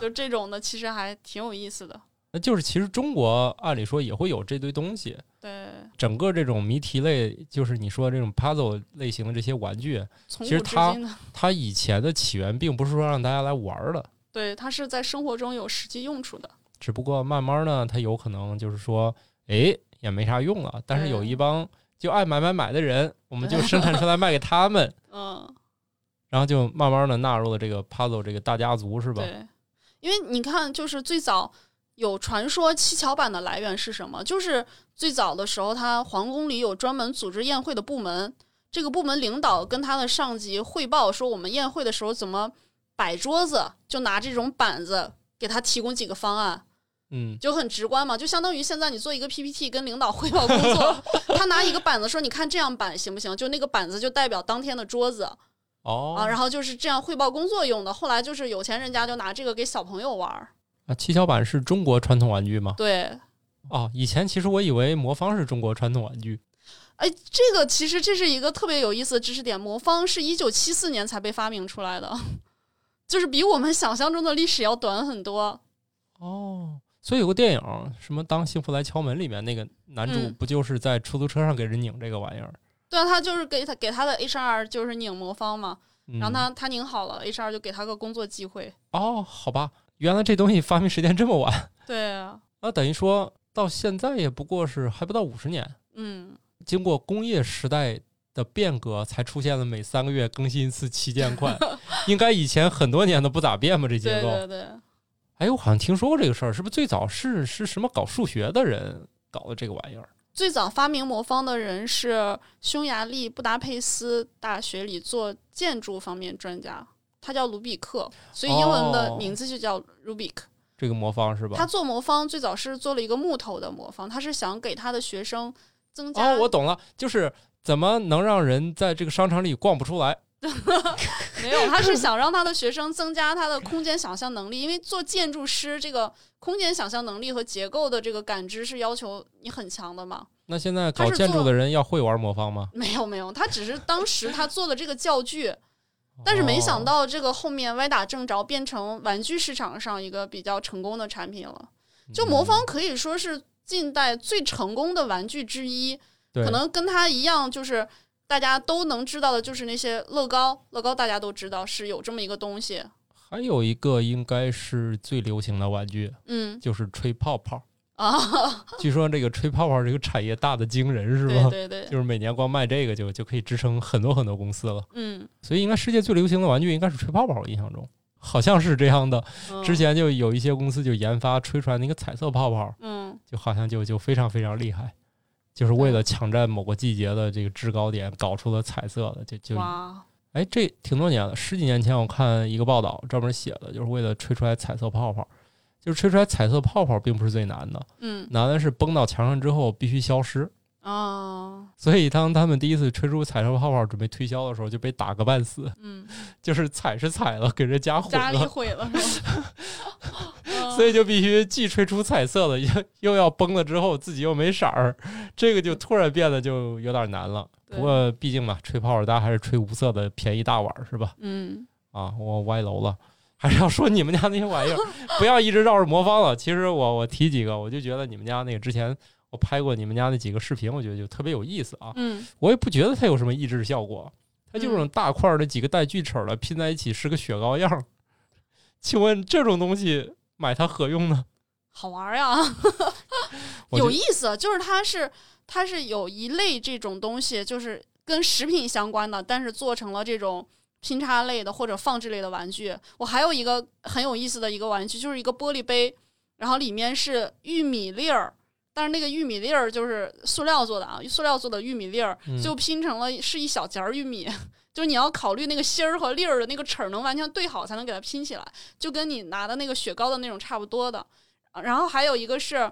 就这种的其实还挺有意思的。
那就是其实中国按理说也会有这堆东西。
对，
整个这种谜题类，就是你说这种 puzzle 类型的这些玩具，
从
其实
古至
它
今的，
它以前的起源并不是说让大家来玩儿的，
对它是在生活中有实际用处的。
只不过慢慢呢，它有可能就是说，哎，也没啥用了。但是有一
嗯
帮就爱买买买的人，我们 就生产出来卖给他们，
嗯，
然后就慢慢的纳入了这个 puzzle 这个大家族，是吧？
对，因为你看，就是最早有传说七巧板的来源是什么？就是最早的时候，他皇宫里有专门组织宴会的部门，这个部门领导跟他的上级汇报说，我们宴会的时候怎么摆桌子，就拿这种板子给他提供几个方案。
嗯，
就很直观嘛，就相当于现在你做一个 PPT 跟领导汇报工作， 他拿一个板子说，你看这样板行不行？就那个板子就代表当天的桌子，
哦，
啊，然后就是这样汇报工作用的。后来就是有钱人家就拿这个给小朋友玩儿，
啊，七巧板是中国传统玩具吗？
对。
哦，以前其实我以为魔方是中国传统玩具。
哎，这个其实这是一个特别有意思的知识点。魔方是一九七四年才被发明出来的， 就是比我们想象中的历史要短很多。
哦，所以有个电影什么《当幸福来敲门》里面那个男主
嗯
不就是在出租车上给人拧这个玩意儿？
对啊，他就是给他给他的 HR 就是拧魔方嘛，
嗯、
然后他他拧好了，HR 就给他个工作机会。
哦，好吧，原来这东西发明时间这么晚。
对啊，
那等于说到现在也不过是还不到五十年，
嗯，
经过工业时代的变革，才出现了每三个月更新一次旗舰 款。应该以前很多年都不咋变吧？这结
对
构。
对对，
哎，我好像听说过这个事儿，是不是最早是是什么搞数学的人搞的这个玩意儿？
最早发明魔方的人是匈牙利布达佩斯大学里做建筑方面专家，他叫卢比克，所以英文的
哦
名字就叫 Rubik。
这个魔方是
他
吧？
做魔方最早是做了一个木头的魔方，他是想给他的学生增加、
哦，我懂了，就是怎么能让人在这个商场里逛不出来？
没有，他是想让他的学生增加他的空间想象能力，因为做建筑师这个空间想象能力和结构的这个感知是要求你很强的嘛。
那现在
他
搞
是
建筑
做
的人要会玩魔方吗？
没有没有，他只是当时他做的这个教具。但是没想
哦，
到这个后面歪打正着，变成玩具市场上一个比较成功的产品了。就魔
嗯
方可以说是近代最成功的玩具之一，
对
可能跟它一样，就是大家都能知道的，就是那些乐高。乐高大家都知道是有这么一个东西，
还有一个应该是最流行的玩具，
嗯
就是吹泡泡。
啊，
据说这个吹泡泡这个产业大的惊人，是吧？
对对 对，
就是每年光卖这个就就可以支撑很多很多公司了。
嗯，
所以应该世界最流行的玩具应该是吹泡泡，我印象中好像是这样的。
嗯
之前就有一些公司就研发吹出来那个彩色泡泡，
嗯
就好像就就非常非常厉害，就是为了抢占某个季节的这个制高点，搞出了彩色的，就就
哇，
哎，这挺多年了，十几年前我看一个报道专门写的，就是为了吹出来彩色泡泡。就是吹出来彩色泡泡并不是最难的，
嗯
难的是崩到墙上之后必须消失。
啊，
所以当他们第一次吹出彩色泡泡准备推销的时候，就被打个半死，
嗯，
就是踩是踩了，给人家毁
家里
了。
毁 了是吧？嗯
所以就必须既吹出彩色的，又又要崩了之后自己又没色儿，这个就突然变得就有点难了。
对
不过毕竟嘛，吹泡泡大家还是吹无色的便宜大碗儿是吧？
嗯，
啊，我歪楼了，还是要说你们家那些玩意儿，不要一直绕着魔方了。其实我我提几个，我就觉得你们家那个之前我拍过你们家那几个视频，我觉得就特别有意思啊。
嗯
我也不觉得它有什么抑制效果，它就是那种大块儿的几个带锯齿儿的拼在一起是个雪糕样儿。请问这种东西买它何用呢？
好玩儿呀。
我
有
觉
意思，就是它是它是有一类这种东西，就是跟食品相关的，但是做成了这种拼插类的或者放置类的玩具。我还有一个很有意思的一个玩具，就是一个玻璃杯，然后里面是玉米粒儿。但是那个玉米粒儿就是塑料做的啊，塑料做的玉米粒儿
嗯
就拼成了是一小截儿玉米， 就是你要考虑那个芯儿和粒儿的那个齿儿能完全对好才能给它拼起来，就跟你拿的那个雪糕的那种差不多的。啊然后还有一个是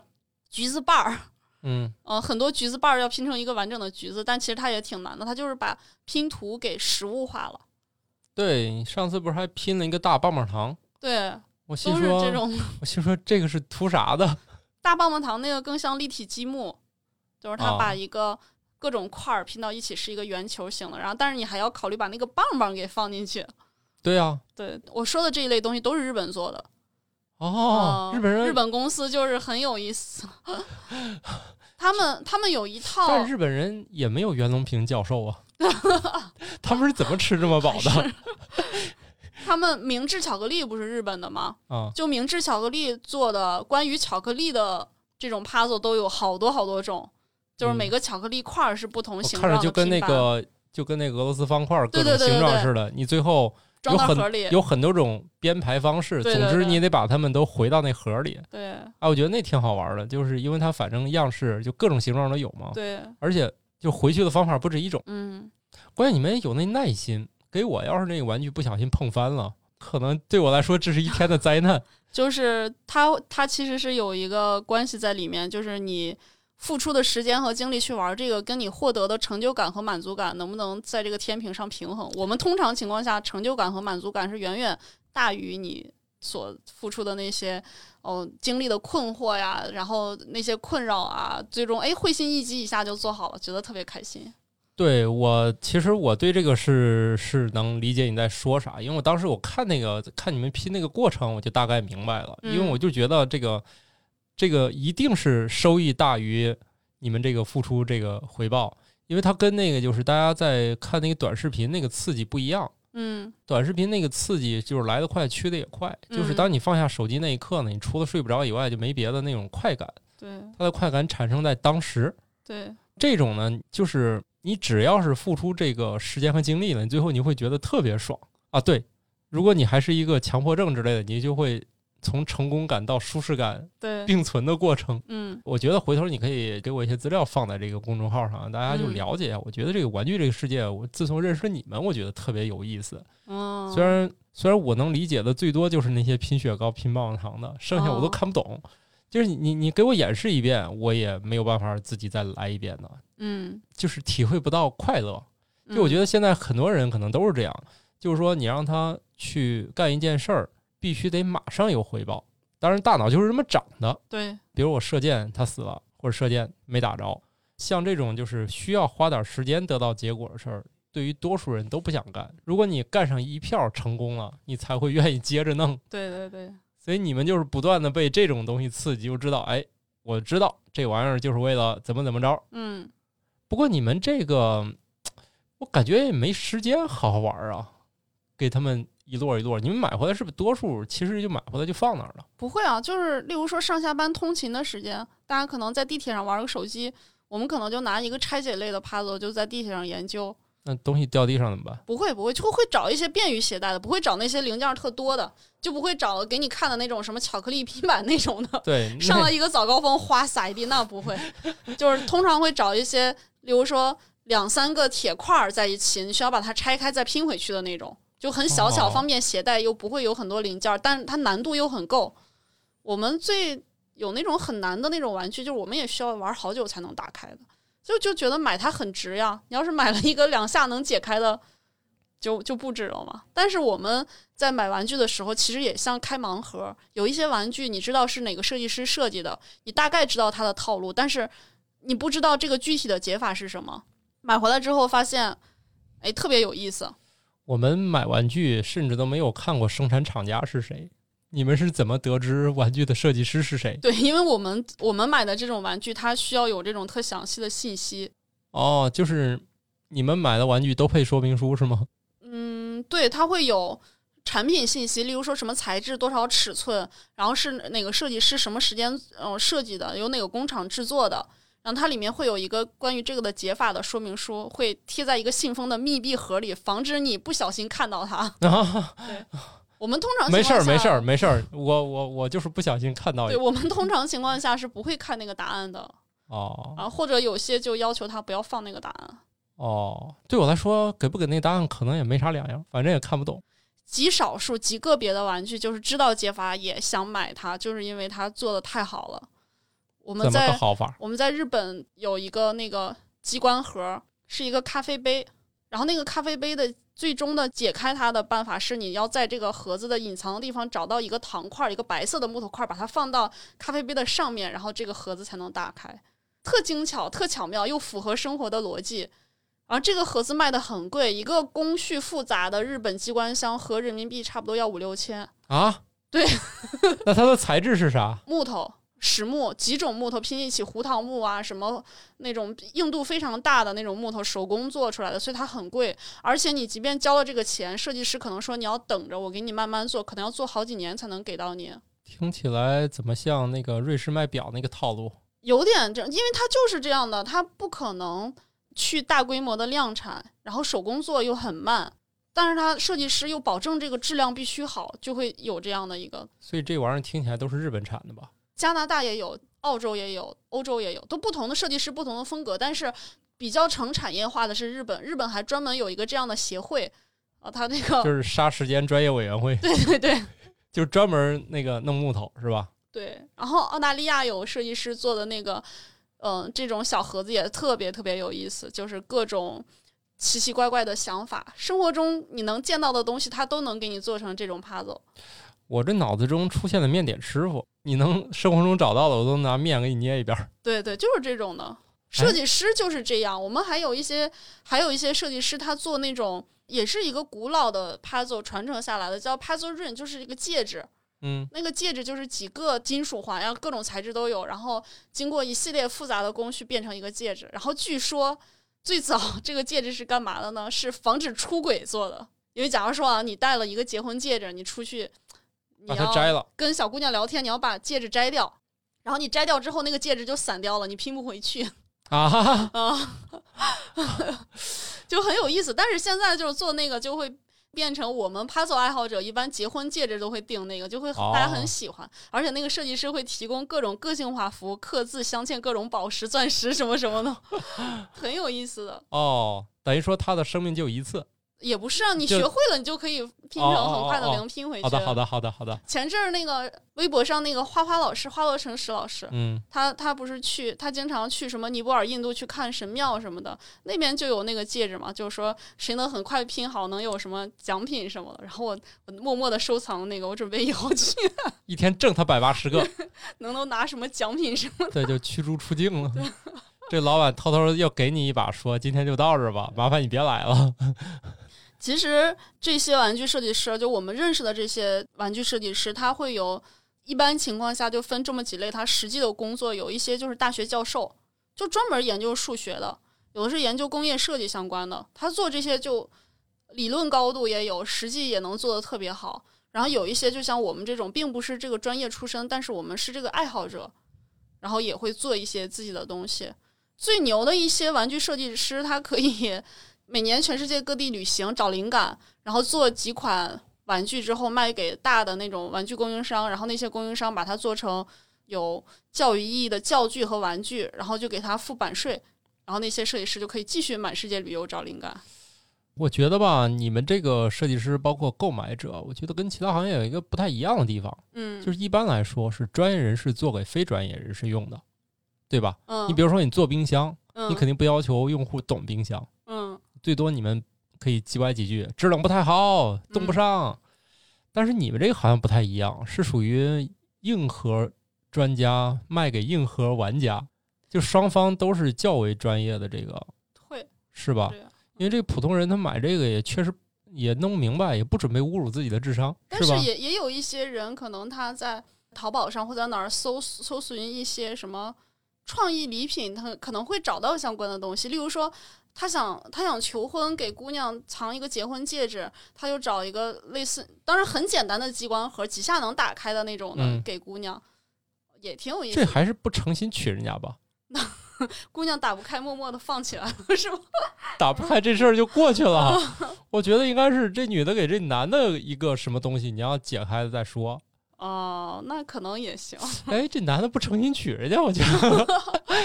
橘子瓣儿，
嗯
呃，很多橘子瓣儿要拼成一个完整的橘子，但其实它也挺难的，它就是把拼图给实物化了。
对你上次不是还拼了一个大棒棒糖？
对，
我心
都是这
说，
种
我心说这个是图啥的？
大棒棒糖那个更像立体积木，就是它
哦
把一个各种块儿拼到一起是一个圆球形的，然后但是你还要考虑把那个棒棒给放进去。
对啊，
对我说的这一类东西都是日本做的
哦，
呃
日本人，
日本公司就是很有意思， 他们他们有一套
但日本人也没有袁隆平教授 啊，他们是怎么吃这么饱的
他们明治巧克力不是日本的吗？
啊？
就明治巧克力做的关于巧克力的这种 puzzle 都有好多好多种，就是
嗯
每个巧克力块儿是不同
我
形
看
状的
着就跟那
拼盘
个就跟那个俄罗斯方块儿各
对
种
对对
形状
对对
似的，你最后
装到
有很
盒里，
有很多种编排方式，
对
总
对
之
对
你得把它们都回到那盒里。
对
啊，我觉得那挺好玩的，就是因为它反正样式就各种形状都有嘛，
对，
而且就回去的方法不止一种。
嗯，
关键你们有那耐心，给我要是那个玩具不小心碰翻了，可能对我来说这是一天的灾难。
就是它它其实是有一个关系在里面，就是你。付出的时间和精力去玩这个，跟你获得的成就感和满足感能不能在这个天平上平衡？我们通常情况下，成就感和满足感是远远大于你所付出的那些哦经历的困惑呀，然后那些困扰啊，最终哎会心一击一下就做好了，觉得特别开心。
对我，其实我对这个是是能理解你在说啥，因为我当时我看那个看你们拼那个过程，我就大概明白了，因为
嗯
我就觉得这个这个一定是收益大于你们这个付出这个回报，因为它跟那个就是大家在看那个短视频那个刺激不一样。
嗯
短视频那个刺激就是来得快，去得也快，就是
嗯
当你放下手机那一刻呢，你除了睡不着以外就没别的那种快感，，
对
它的快感产生在当时。
对
这种呢，就是你只要是付出这个时间和精力了，你最后你会觉得特别爽啊。对，如果你还是一个强迫症之类的，你就会从成功感到舒适感
对，
并存的过程。
嗯
我觉得回头你可以给我一些资料放在这个公众号上，大家就
嗯
了解一下。我觉得这个玩具这个世界，我自从认识了你们，我觉得特别有意思。
嗯，
虽然虽然我能理解的最多就是那些拼雪糕、拼棒棒糖的，剩下我都
哦
看不懂。就是你你你给我演示一遍，我也没有办法自己再来一遍的。
嗯，
就是体会不到快乐。就我觉
得
得现在很多人可能都是这样，就是说你让他去干一件事儿，必须得马上有回报。当然，大脑就是这么长的。
对，
比如我射箭，他死了，或者射箭没打着，像这种就是需要花点时间得到结果的事儿，对于多数人都不想干。如果你干上一票成功了，你才会愿意接着弄。
对对对，
所以你们就是不断的被这种东西刺激，就知道，哎，我知道这玩意儿就是为了怎么怎么着，
嗯，
不过你们这个，我感觉也没时间好好玩儿啊。给他们一摞一摞，你们买回来是不是多数其实就买回来就放那儿了？
不会啊，就是例如说上下班通勤的时间，大家可能在地铁上玩个手机，我们可能就拿一个拆解类的 puzzle 就在地铁上研究，
那东西掉地上怎么办？
不会不会，就会找一些便于携带的，不会找那些零件儿特多的，就不会找给你看的那种什么巧克力拼板那种 的，
对，那
上了一个早高峰，花洒一地，那不会，就是通常会找一些，例如说两三个铁块儿在一起，你需要把它拆开再拼回去的那种，就很小巧，
哦
方便携带，又不会有很多零件儿，但是它难度又很够。我们最有那种很难的那种玩具，就是我们也需要玩好久才能打开的，就就觉得买它很值呀。你要是买了一个两下能解开的，就就不值了嘛。但是我们在买玩具的时候，其实也像开盲盒，有一些玩具你知道是哪个设计师设计的，你大概知道它的套路，但是你不知道这个具体的解法是什么。买回来之后发现，哎，特别有意思。
我们买玩具甚至都没有看过生产厂家是谁，你们是怎么得知玩具的设计师是谁？
对，因为我们我们买的这种玩具，它需要有这种特详细的信息。
哦，就是你们买的玩具都配说明书是吗？
嗯，对，它会有产品信息，例如说什么材质、多少尺寸，然后是哪个设计师什么时间呃设计的，由哪个工厂制作的。然后它里面会有一个关于这个的解法的说明书，会贴在一个信封的密闭盒里，防止你不小心看到它。
啊，
我们通常
没
情
事儿，
况
没事
下
儿，，没事儿，我我我就是不小心看到一
对我们通常情况下是不会看那个答案的
哦
啊，或者有些就要求他不要放那个答案。
哦，对我来说给不给那答案可能也没啥两样，反正也看不懂。
极少数、极个别的玩具，就是知道解法也想买它，就是因为它做的太好了。我
怎么
们
个
在
好法？
我们在日本有一个那个机关盒，是一个咖啡杯，然后那个咖啡杯的最终的解开它的办法是，你要在这个盒子的隐藏的地方找到一个糖块儿，一个白色的木头块儿，把它放到咖啡杯的上面，然后这个盒子才能打开，特精巧，特巧妙，又符合生活的逻辑。然后这个盒子卖的很贵，一个工序复杂的日本机关箱合人民币差不多要五六千。
啊？
对，
那它的材质是啥？
木头、实木几种木头拼一起，胡桃木啊，什么那种硬度非常大的那种木头，手工做出来的，所以它很贵。而且你即便交了这个钱，设计师可能说你要等着我给你慢慢做，可能要做好几年才能给到你。
听起来怎么像那个瑞士卖表那个套路？
有点这，因为它就是这样的，它不可能去大规模的量产，然后手工做又很慢，但是它设计师又保证这个质量必须好，就会有这样的一个。
所以这玩意儿听起来都是日本产的吧？
加拿大也有，澳洲也有，欧洲也有，都不同的设计师，不同的风格。但是比较成产业化的是日本，日本还专门有一个这样的协会啊，他那个、
就是杀时间专业委员会，
对对对
就是专门那个弄木头是吧？
对。然后澳大利亚有设计师做的那个，嗯、这种小盒子也特别特别有意思，就是各种。奇奇怪怪的想法，生活中你能见到的东西，他都能给你做成这种 puzzle。
我这脑子中出现的面点师傅，你能 生活中找到的，我都拿面给你捏一遍儿。
对对，就是这种的。
哎
设计师就是这样，我们还有一些，还有一些设计师，他做那种也是一个古老的 puzzle 传承下来的，叫 puzzle ring，就是一个戒指。
嗯，
那个戒指就是几个金属环，然后各种材质都有，然后经过一系列复杂的工序变成一个戒指。然后据说最早 这个戒指是干嘛的呢？是防止出轨做的。因为假如说啊，你戴了一个结婚戒指，你出去，你
把
要
它摘了，
跟小姑娘聊天，你要把戒指摘掉，然后你摘掉之后，那个戒指就散掉了，你拼不回去
啊哈哈，
啊， 就很有意思。但是现在就是做那个就会。变成我们 puzzle 爱好者，一般结婚戒指都会订那个，就会
哦
大家很喜欢，而且那个设计师会提供各种个性化服务，刻字、镶嵌各种宝石、钻石什么什么的， 很有意思的。
哦，等于说他的生命就一次。
也不是啊，你
就
学会了，你就可以拼
哦
成，
哦
很快的
哦哦
零拼回去。
好的，好的，好的，好的。
前阵儿那个微博上那个花花老师，花落成石老师，
嗯，
他他不是去，他经常去什么尼泊尔、印度去看神庙什么的，那边就有那个戒指嘛，就是说谁能很快拼好，能有什么奖品什么的。然后我我默默的收藏那个，我准备以后去
一天挣他百八十个，
能都拿什么奖品什么。
对，就驱逐出境了。 这老板偷偷要给你一把，说今天就到这儿吧，麻烦你别来了。
其实这些玩具设计师，就我们认识的这些玩具设计师，他会有一般情况下就分这么几类，他实际的工作有一些就是大学教授，就专门研究数学的，有的是研究工业设计相关的，他做这些就理论高度也有，实际也能做得特别好。然后有一些就像我们这种，并不是这个专业出身，但是我们是这个爱好者，然后也会做一些自己的东西。最牛的一些玩具设计师，他可以每年全世界各地旅行找灵感，然后做几款玩具之后卖给大的那种玩具供应商，然后那些供应商把它做成有教育意义的教具和玩具，然后就给它付版税，然后那些设计师就可以继续满世界旅游找灵感。
我觉得吧，你们这个设计师包括购买者，我觉得跟其他行业有一个不太一样的地方，
嗯，
就是一般来说是专业人士做给非专业人士用的，对吧？
嗯，
你比如说你做冰箱，
嗯
你肯定不要求用户懂冰箱，
嗯
最多你们可以叽歪几句，制冷不太好，冻
嗯
不上。但是你们这个好像不太一样，是属于硬核专家卖给硬核玩家，就双方都是较为专业的这个，
会
是吧
对？啊
因为这普通人他买这个也确实也弄不明白，也不准备侮辱自己的智商，
但
吧
是？也也有一些人，可能他在淘宝上或者哪儿搜搜寻一些什么创意礼品，他可能会找到相关的东西。例如说，他想他想求婚，给姑娘藏一个结婚戒指，他就找一个类似，当然很简单的机关盒，几下能打开的那种的，
嗯
给姑娘，也挺有意
这
思。
还是不诚心娶人家吧？
姑娘打不开，默默的放起来了， 是吧？
打不开这事儿就过去了。我觉得应该是这女的给这男的一个什么东西，你要解开了再说。
哦、那可能也行。
哎，这男的不诚心娶人家，我觉得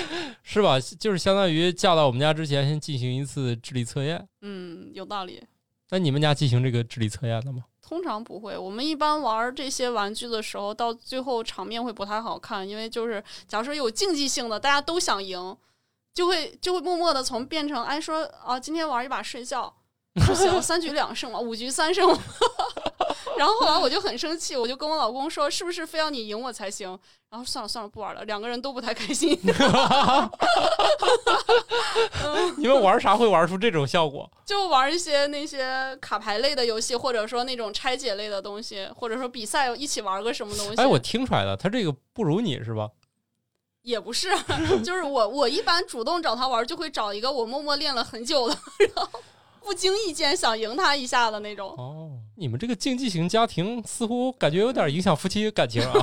是吧？就是相当于嫁到我们家之前，先进行一次智力测验。
嗯，有道理。
那你们家进行这个智力测验了吗？
通常不会。我们一般玩这些玩具的时候，到最后场面会不太好看，因为就是假设有竞技性的，大家都想赢，就会就会默默的从变成哎说啊，今天玩一把睡觉。不行，三局两胜嘛，五局三胜嘛。 然后后来我就很生气，我就跟我老公说，是不是非要你赢我才行？然后算了算了，不玩了，两个人都不太开心。
你们玩啥会玩出这种效果？
就玩一些那些卡牌类的游戏，或者说那种拆解类的东西，或者说比赛一起玩个什么东西。
哎，我听出来了，他这个不如你是吧？
也不是，啊 就是我我一般主动找他玩，就会找一个我默默练了很久的， 然后不经意间想赢他一下的那种。
哦，你们这个竞技型家庭似乎感觉有点影响夫妻感情啊。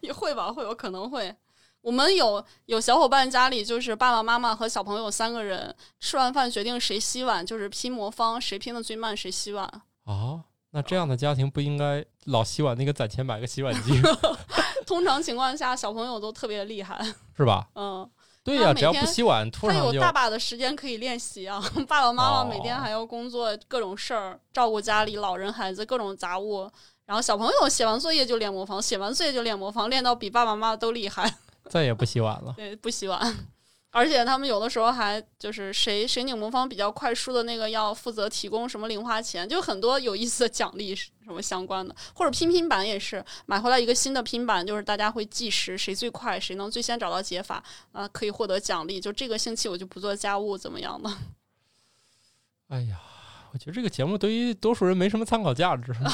也会吧，会有可能会。我们有有小伙伴家里就是爸爸妈妈和小朋友三个人吃完饭决定谁洗碗，就是拼魔方，谁拼的最慢谁洗碗。
啊，那这样的家庭不应该老洗碗，那个攒钱买个洗碗机
通常情况下，小朋友都特别厉害，
是吧？
嗯，
对呀、
他每
只要不
天
洗碗，突
他
然
有
就
大把的时间可以练习啊。 爸爸妈妈每天
哦
还要工作，各种事儿，照顾家里老人、孩子，各种杂物。然后小朋友写完作业就练魔方，写完作业就练魔方，练到比爸爸妈妈都厉害。
再也不洗碗了。
对，不洗碗。而且他们有的时候还就是谁谁拧魔方比较快输的那个要负责提供什么零花钱，就很多有意思的奖励什么相关的，或者拼拼板也是买回来一个新的拼板，就是大家会计时谁最快，谁能最先找到解法啊、可以获得奖励。就这个星期我就不做家务怎么样的？
哎呀，我觉得这个节目对于多数人没什么参考价值。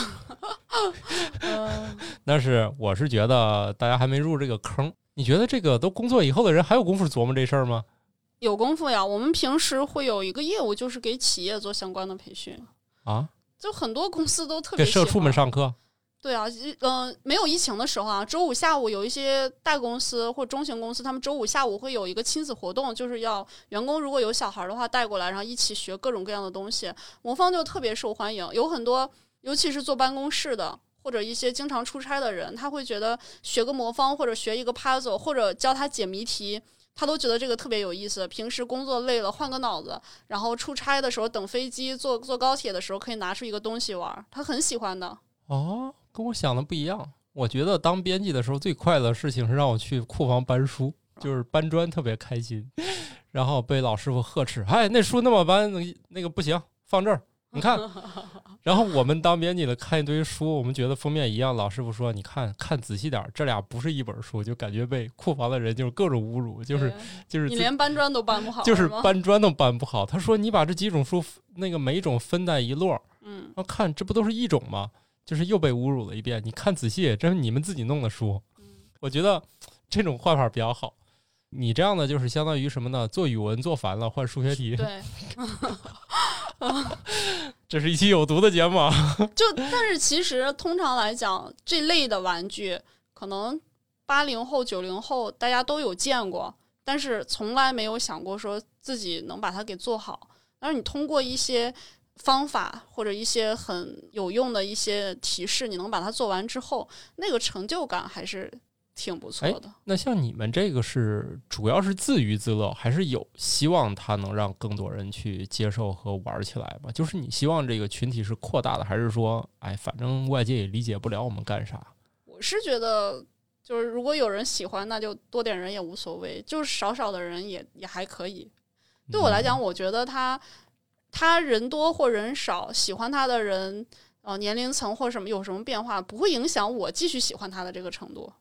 嗯，
但是我是觉得大家还没入这个坑。你觉得这个都工作以后的人还有功夫琢磨这事儿吗？
有功夫呀。我们平时会有一个业务，就是给企业做相关的培训，
啊，
就很多公司都特
给
别
社
喜
畜们
欢
上课
对啊，嗯、呃，没有疫情的时候啊，周五下午有一些大公司或中型公司，他们周五下午会有一个亲子活动，就是要员工如果有小孩的话带过来，然后一起学各种各样的东西。魔方就特别受欢迎，有很多，尤其是坐办公室的或者一些经常出差的人，他会觉得学个魔方或者学一个 puzzle 或者教他解谜题。他都觉得这个特别有意思。平时工作累了，换个脑子，然后出差的时候等飞机、坐坐高铁的时候，可以拿出一个东西玩儿，他很喜欢的。
哦，跟我想的不一样。我觉得当编辑的时候最快乐的事情是让我去库房搬书，就是搬砖特别开心，然后被老师傅呵斥：“哎，那书那么搬，那个不行，放这儿。”你 看，然后我们当编辑的看一堆书，我们觉得封面一样。老师傅说：“你看看仔细点儿，这俩不是一本书。”就感觉被库房的人就是各种侮辱，就是
对
就是
你
自
连搬砖都搬不好，
就是
吗？
搬砖都搬不好。他说：“你把这几种书那个每一种分在一摞儿，
嗯
然后看这不都是一种吗？就是又被侮辱了一遍。你看仔细，这是你们自己弄的书。
嗯
我觉得这种画法比较好。你这样的就是相当于什么呢？做语文做烦了，换数学题。
对，
这是一期有毒的节目啊！
就但是其实通常来讲，这类的玩具可能八零后、九零后大家都有见过，但是从来没有想过说自己能把它给做好。但是你通过一些方法或者一些很有用的一些提示，你能把它做完之后，那个成就感还是挺不
哎
错的。
那像你们这个是主要是自娱自乐，还是有希望它能让更多人去接受和玩起来吧？就是你希望这个群体是扩大的，还是说，哎，反正外界也理解不了我们干啥？
我是觉得，就是如果有人喜欢，那就多点人也无所谓，就是少少的人也也还可以。对我来
嗯
讲，我觉得他他人多或人少，喜欢他的人，呃，年龄层或什么有什么变化，不会影响我继续喜欢他的这个程度。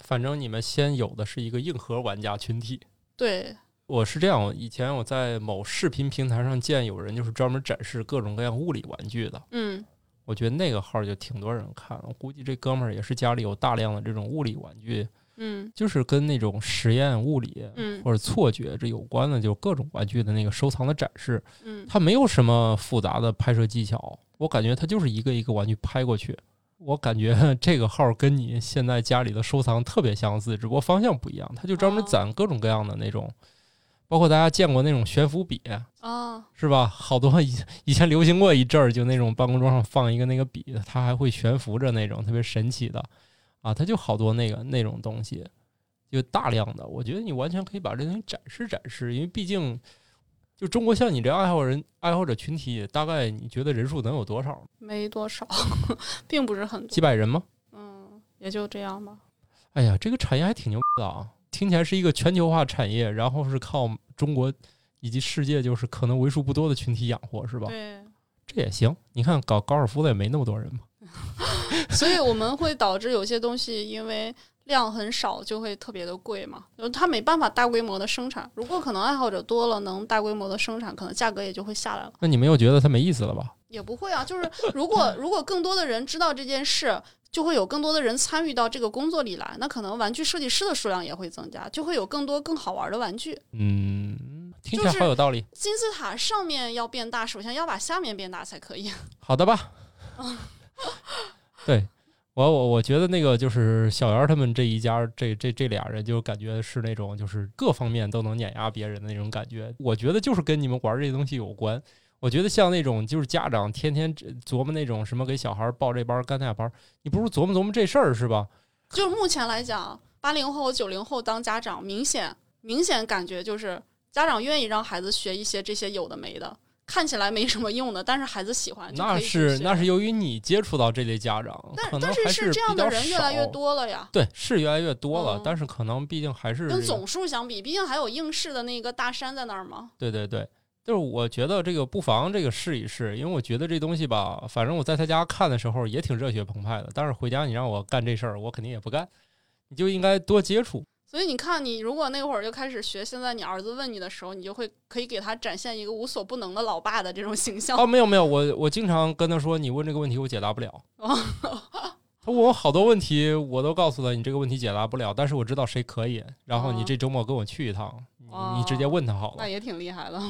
反正你们先有的是一个硬核玩家群体。
对，
我是这样，以前我在某视频平台上见有人就是专门展示各种各样物理玩具的，
嗯，我
我觉得那个号就挺多人看了。我估计这哥们儿也是家里有大量的这种物理玩具，
嗯
就是跟那种实验物理
嗯
啊或者错觉这有关的，就各种玩具的那个收藏的展示。
嗯，
它没有什么复杂的拍摄技巧，我感觉它就是一个一个玩具拍过去。我感觉这个号跟你现在家里的收藏特别相似，只不过方向不一样。它就专门
哦
攒各种各样的那种，包括大家见过那种悬浮笔，
啊，
是吧？好多以以前流行过一阵儿，就那种办公桌上放一个那个笔，它还会悬浮着那种特别神奇的啊，它就好多那个那种东西，就大量的。我觉得你完全可以把这东西展示展示，因为毕竟就中国像你这爱好人爱好者群体，大概你觉得人数能有多少？
没多少， 并不是很多，
几百人吗？
嗯，也就这样吧。
哎呀，这个产业还挺牛逼的啊！听起来是一个全球化产业，然后是靠中国以及世界就是可能为数不多的群体养活，是吧？
对，
这也行。你看搞高尔夫的也没那么多人嘛。
所以我们会导致有些东西因为量很少就会特别的贵嘛，就它没办法大规模的生产。如果可能爱好者多了，能大规模的生产，可能价格也就会下来了。
那你们又觉得它没意思了吧？
也不会啊，就是如果 如果更多的人知道这件事，就会有更多的人参与到这个工作里来，那可能玩具设计师的数量也会增加，就会有更多更好玩的玩具。
嗯，听起
就
来
是
好有道理。
金字塔上面要变大，首先要把下面变大才可以。
好的吧？
哦
对我我我觉得那个就是小袁他们这一家这这这俩人就感觉是那种就是各方面都能碾压别人的那种感觉。我觉得就是跟你们玩这东西有关。我觉得像那种就是家长天天只琢磨那种什么给小孩报这班儿干那班儿，你不如琢磨琢磨这事儿是吧？
就是目前来讲，八零后、九零后当家长，明显明显感觉就是家长愿意让孩子学一些这些有的没的，看起来没什么用的，但是孩子喜啊欢，就可
那
以去
是
学
那是，由于你接触到这类家长，可
但
能
但
还
是这样
比
的
较
人越来越
少。
多了呀。
对，是越来越多了，
嗯
但是可能毕竟还是
跟
这个
总数相比，毕竟还有应试的那个大山在那儿嘛。
对对对，就是我觉得这个不妨这个试一试，因为我觉得这东西吧，反正我在他家看的时候也挺热血澎湃的，但是回家你让我干这事儿，我肯定也不干。你就应该多接触，
所以你看，你如果那会儿就开始学，现在你儿子问你的时候，你就会可以给他展现一个无所不能的老爸的这种形象。
哦，没有没有，我我经常跟他说，你问这个问题我解答不了。
哦
他问我好多问题，我都告诉他你这个问题解答不了，但是我知道谁可以。然后你
哦
这周末跟我去一趟，你你直接
哦
问他好了
那。也挺厉害的。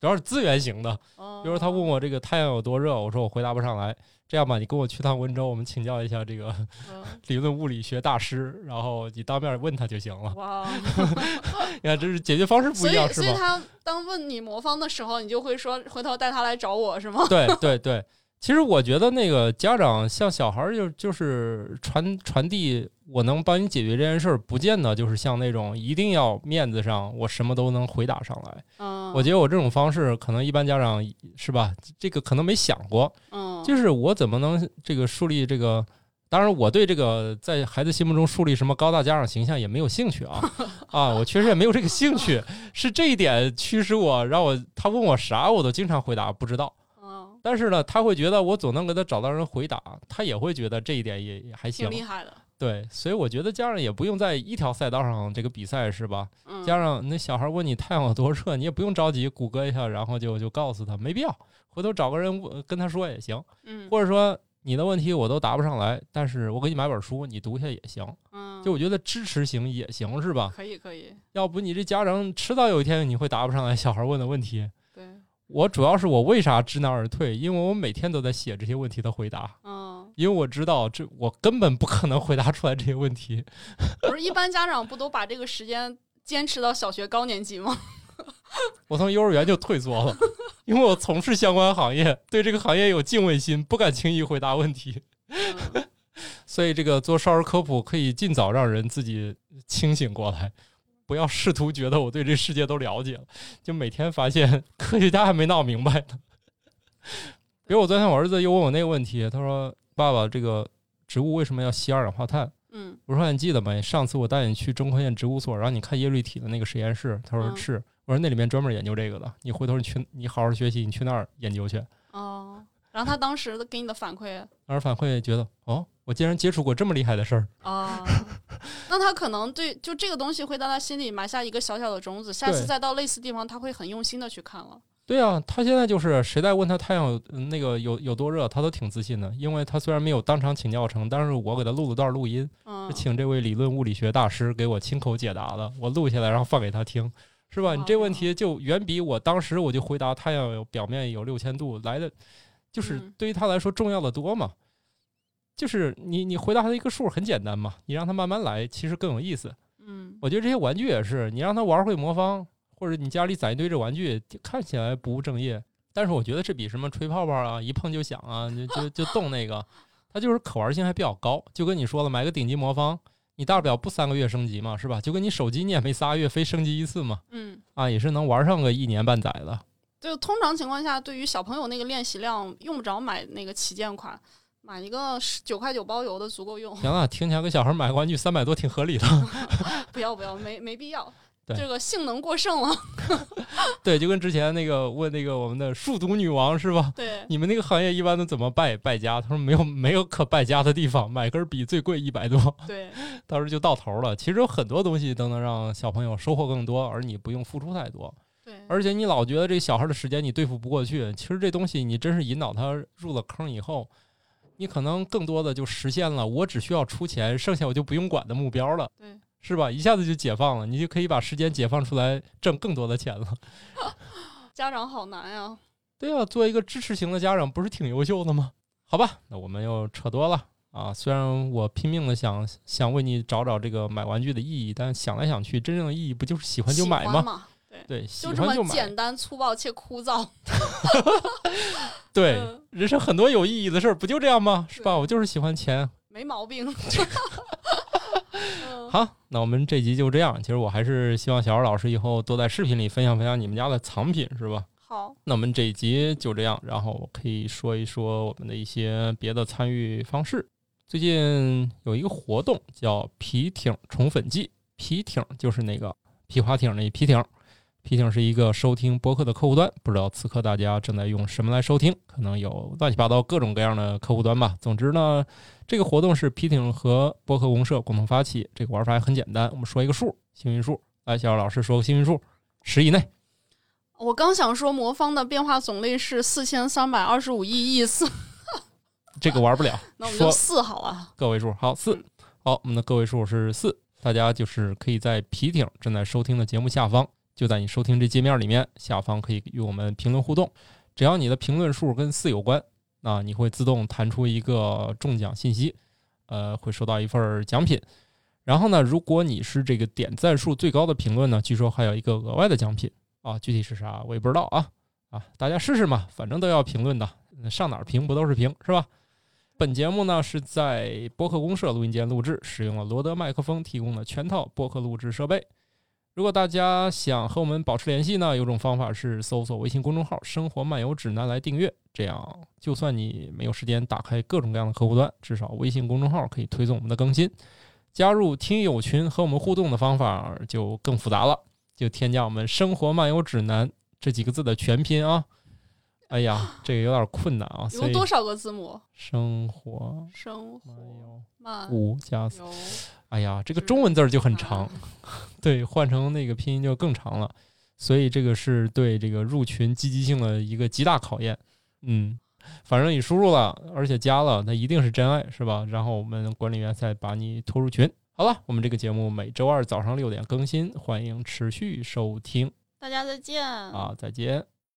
主要是资源型的，
哦
比如他问我这个太阳有多热，我说我回答不上来。这样吧，你跟我去趟温州，我们请教一下这个
嗯
理论物理学大师，然后你当面问他就行了。
哇，哦
你看，这是解决方式不
所
一样，
以
是
所以
吧？
他当问你魔方的时候，你就会说回头带他来找我是吗？
对对对，其实我觉得那个家长向小孩儿就就是传传递，我能帮你解决这件事儿，不见得就是像那种一定要面子上我什么都能回答上来。
嗯，
我觉得我这种方式，可能一般家长是吧？这个可能没想过，
嗯
就是我怎么能这个树立这个？当然，我对这个在孩子心目中树立什么高大家长形象也没有兴趣 啊啊，我确实也没有这个兴趣，是这一点驱使我，让我他问我啥，我都经常回答不知道。
嗯，
但是呢，他会觉得我总能给他找到人回答，他也会觉得这一点也也还行
挺。厉害的。
对，所以我觉得家长也不用在一条赛道上这个比赛是吧？
嗯，
加上那小孩问你太阳有多热，你也不用着急，谷歌一下，然后就就告诉他，没必要，回头找个人问跟他说也行。
嗯
或者说你的问题我都答不上来，但是我给你买本书，你读一下也行。
嗯，
就我觉得支持型也行，是吧？
可以可以，
要不你这家长迟早有一天你会答不上来小孩问的问题。
对，
我主要是我为啥知难而退？因为我每天都在写这些问题的回答，
嗯，
因为我知道这我根本不可能回答出来这些问题。
不是一般家长不都把这个时间坚持到小学高年级吗？
我从幼儿园就退缩了，因为我从事相关行业，对这个行业有敬畏心，不敢轻易回答问题。
嗯
所以这个做少儿科普可以尽早让人自己清醒过来，不要试图觉得我对这世界都了解了，就每天发现科学家还没闹明白呢。比如我昨天我儿子又问我那个问题，他说：“爸爸，这个植物为什么要吸二氧化碳
嗯？”
我说：“你记得没？上次我带你去中科院植物所，然后你看叶绿体的那个实验室。”他说：“
嗯
是。”我说：“那里面专门研究这个的，你回头你去，你好好学习，你去那儿研究去。”
哦，然后他当时给你的反馈。
当时反馈觉得：“哦，我竟然接触过这么厉害的事儿。”
哦，那他可能对就这个东西会在他心里埋下一个小小的种子，下次
对
再到类似地方，他会很用心的去看了。
对啊，他现在就是谁在问他太阳有嗯那个有有多热，他都挺自信的，因为他虽然没有当场请教成，但是我给他录了段录音，
嗯
是，请这位理论物理学大师给我亲口解答的，我录下来然后放给他听，是
哦
吧？你这问题就远比我当时我就回答太阳有表面有六千度来的，就是
嗯
对于他来说重要的多嘛。就是你你回答他一个数很简单嘛，你让他慢慢来，其实更有意思。
嗯，
我觉得这些玩具也是，你让他玩会魔方，或者你家里攒一堆这玩具，看起来不务正业，但是我觉得这比什么吹泡泡啊、一碰就响啊、就就就动那个，它就是可玩性还比较高。就跟你说了，买个顶级魔方，你大不了不三个月升级嘛，是吧？就跟你手机你也没仨月非升级一次嘛，
嗯，
啊，也是能玩上个一年半载的。
就通常情况下，对于小朋友那个练习量，用不着买那个旗舰款，买一个九块九包邮的足够用。
行了，听起来给小孩买个玩具三百多挺合理的。
不要不要，没没必要。
对
这个性能过 剩了，
对，就跟之前那个问那个我们的数独女王是吧？
对，
你们那个行业一般都怎么败败家？他说没有没有可败家的地方，买根笔最贵一百多，
对，
到时候就到头了。其实有很多东西都能让小朋友收获更多，而你不用付出太多。
对，
而且你老觉得这小孩的时间你对付不过去，其实这东西你真是引导他入了坑以后，你可能更多的就实现了我只需要出钱，剩下我就不用管的目标了，
对，
是吧？一下子就解放了，你就可以把时间解放出来挣更多的钱了。
家长好难呀、
对啊，做一个支持型的家长不是挺优秀的吗？好吧，那我们又扯多了啊。虽然我拼命的想想为你找找这个买玩具的意义，但想来想去，真正的意义不就是喜欢就买
喜
吗
欢？嘛，对，
对，喜
这
欢
么
就买。
简单粗暴且枯燥。
对，
嗯
人生很多有意义的事儿，不就这样吗？是吧？我就是喜欢钱。
没毛病。 嗯
好，那我们这集就这样。其实我还是希望小姚老师以后多在视频里分享分享你们家的藏品，是吧？
好，
那我们这一集就这样，然后我可以说一说我们的一些别的参与方式。最近有一个活动叫皮艇宠粉季，皮艇就是那个皮划艇那皮艇，皮艇是一个收听播客的客户端，不知道此刻大家正在用什么来收听，可能有乱七八糟各种各样的客户端吧。总之呢，这个活动是皮艇和播客公社共同发起，这个玩法也很简单，我们说一个数，幸运数。来，小姚老师说个幸运数，十以内。
我刚想说魔方的变化总类是四千三百二十五亿亿 四，，
这个玩不了
那我们
说
就四好啊。
个位数，好四
嗯。
好，我们的个位数是四，大家就是可以在皮艇正在收听的节目下方，就在你收听这界面里面，下方可以与我们评论互动。只要你的评论数跟四有关，那你会自动弹出一个中奖信息，呃，会收到一份儿奖品。然后呢，如果你是这个点赞数最高的评论呢，据说还有一个额外的奖品啊，具体是啥我也不知道啊啊，大家试试嘛，反正都要评论的，上哪儿评不都是评是吧？本节目呢是在播客公社录音间录制，使用了罗德麦克风提供的全套播客录制设备。如果大家想和我们保持联系呢，有种方法是搜索微信公众号“生活漫游指南”来订阅。这样，就算你没有时间打开各种各样的客户端，至少微信公众号可以推送我们的更新。加入听友群和我们互动的方法就更复杂了，就添加我们“生活漫游指南”这几个字的全拼啊。哎呀，这个有点困难啊，所
有
以
多少个字母？
生活
生
漫
活
游
漫
五加四，
游
哎呀，这个中文字儿就
啊
很长，
嗯
对，换成那个拼音就更长了，所以这个是对这个入群积极性的一个极大考验。嗯，反正你输入了，而且加了，那一定是真爱，是吧？然后我们管理员再把你拖入群。好了，我们这个节目每周二早上六点更新，欢迎持续收听
大家再见。
啊，再见。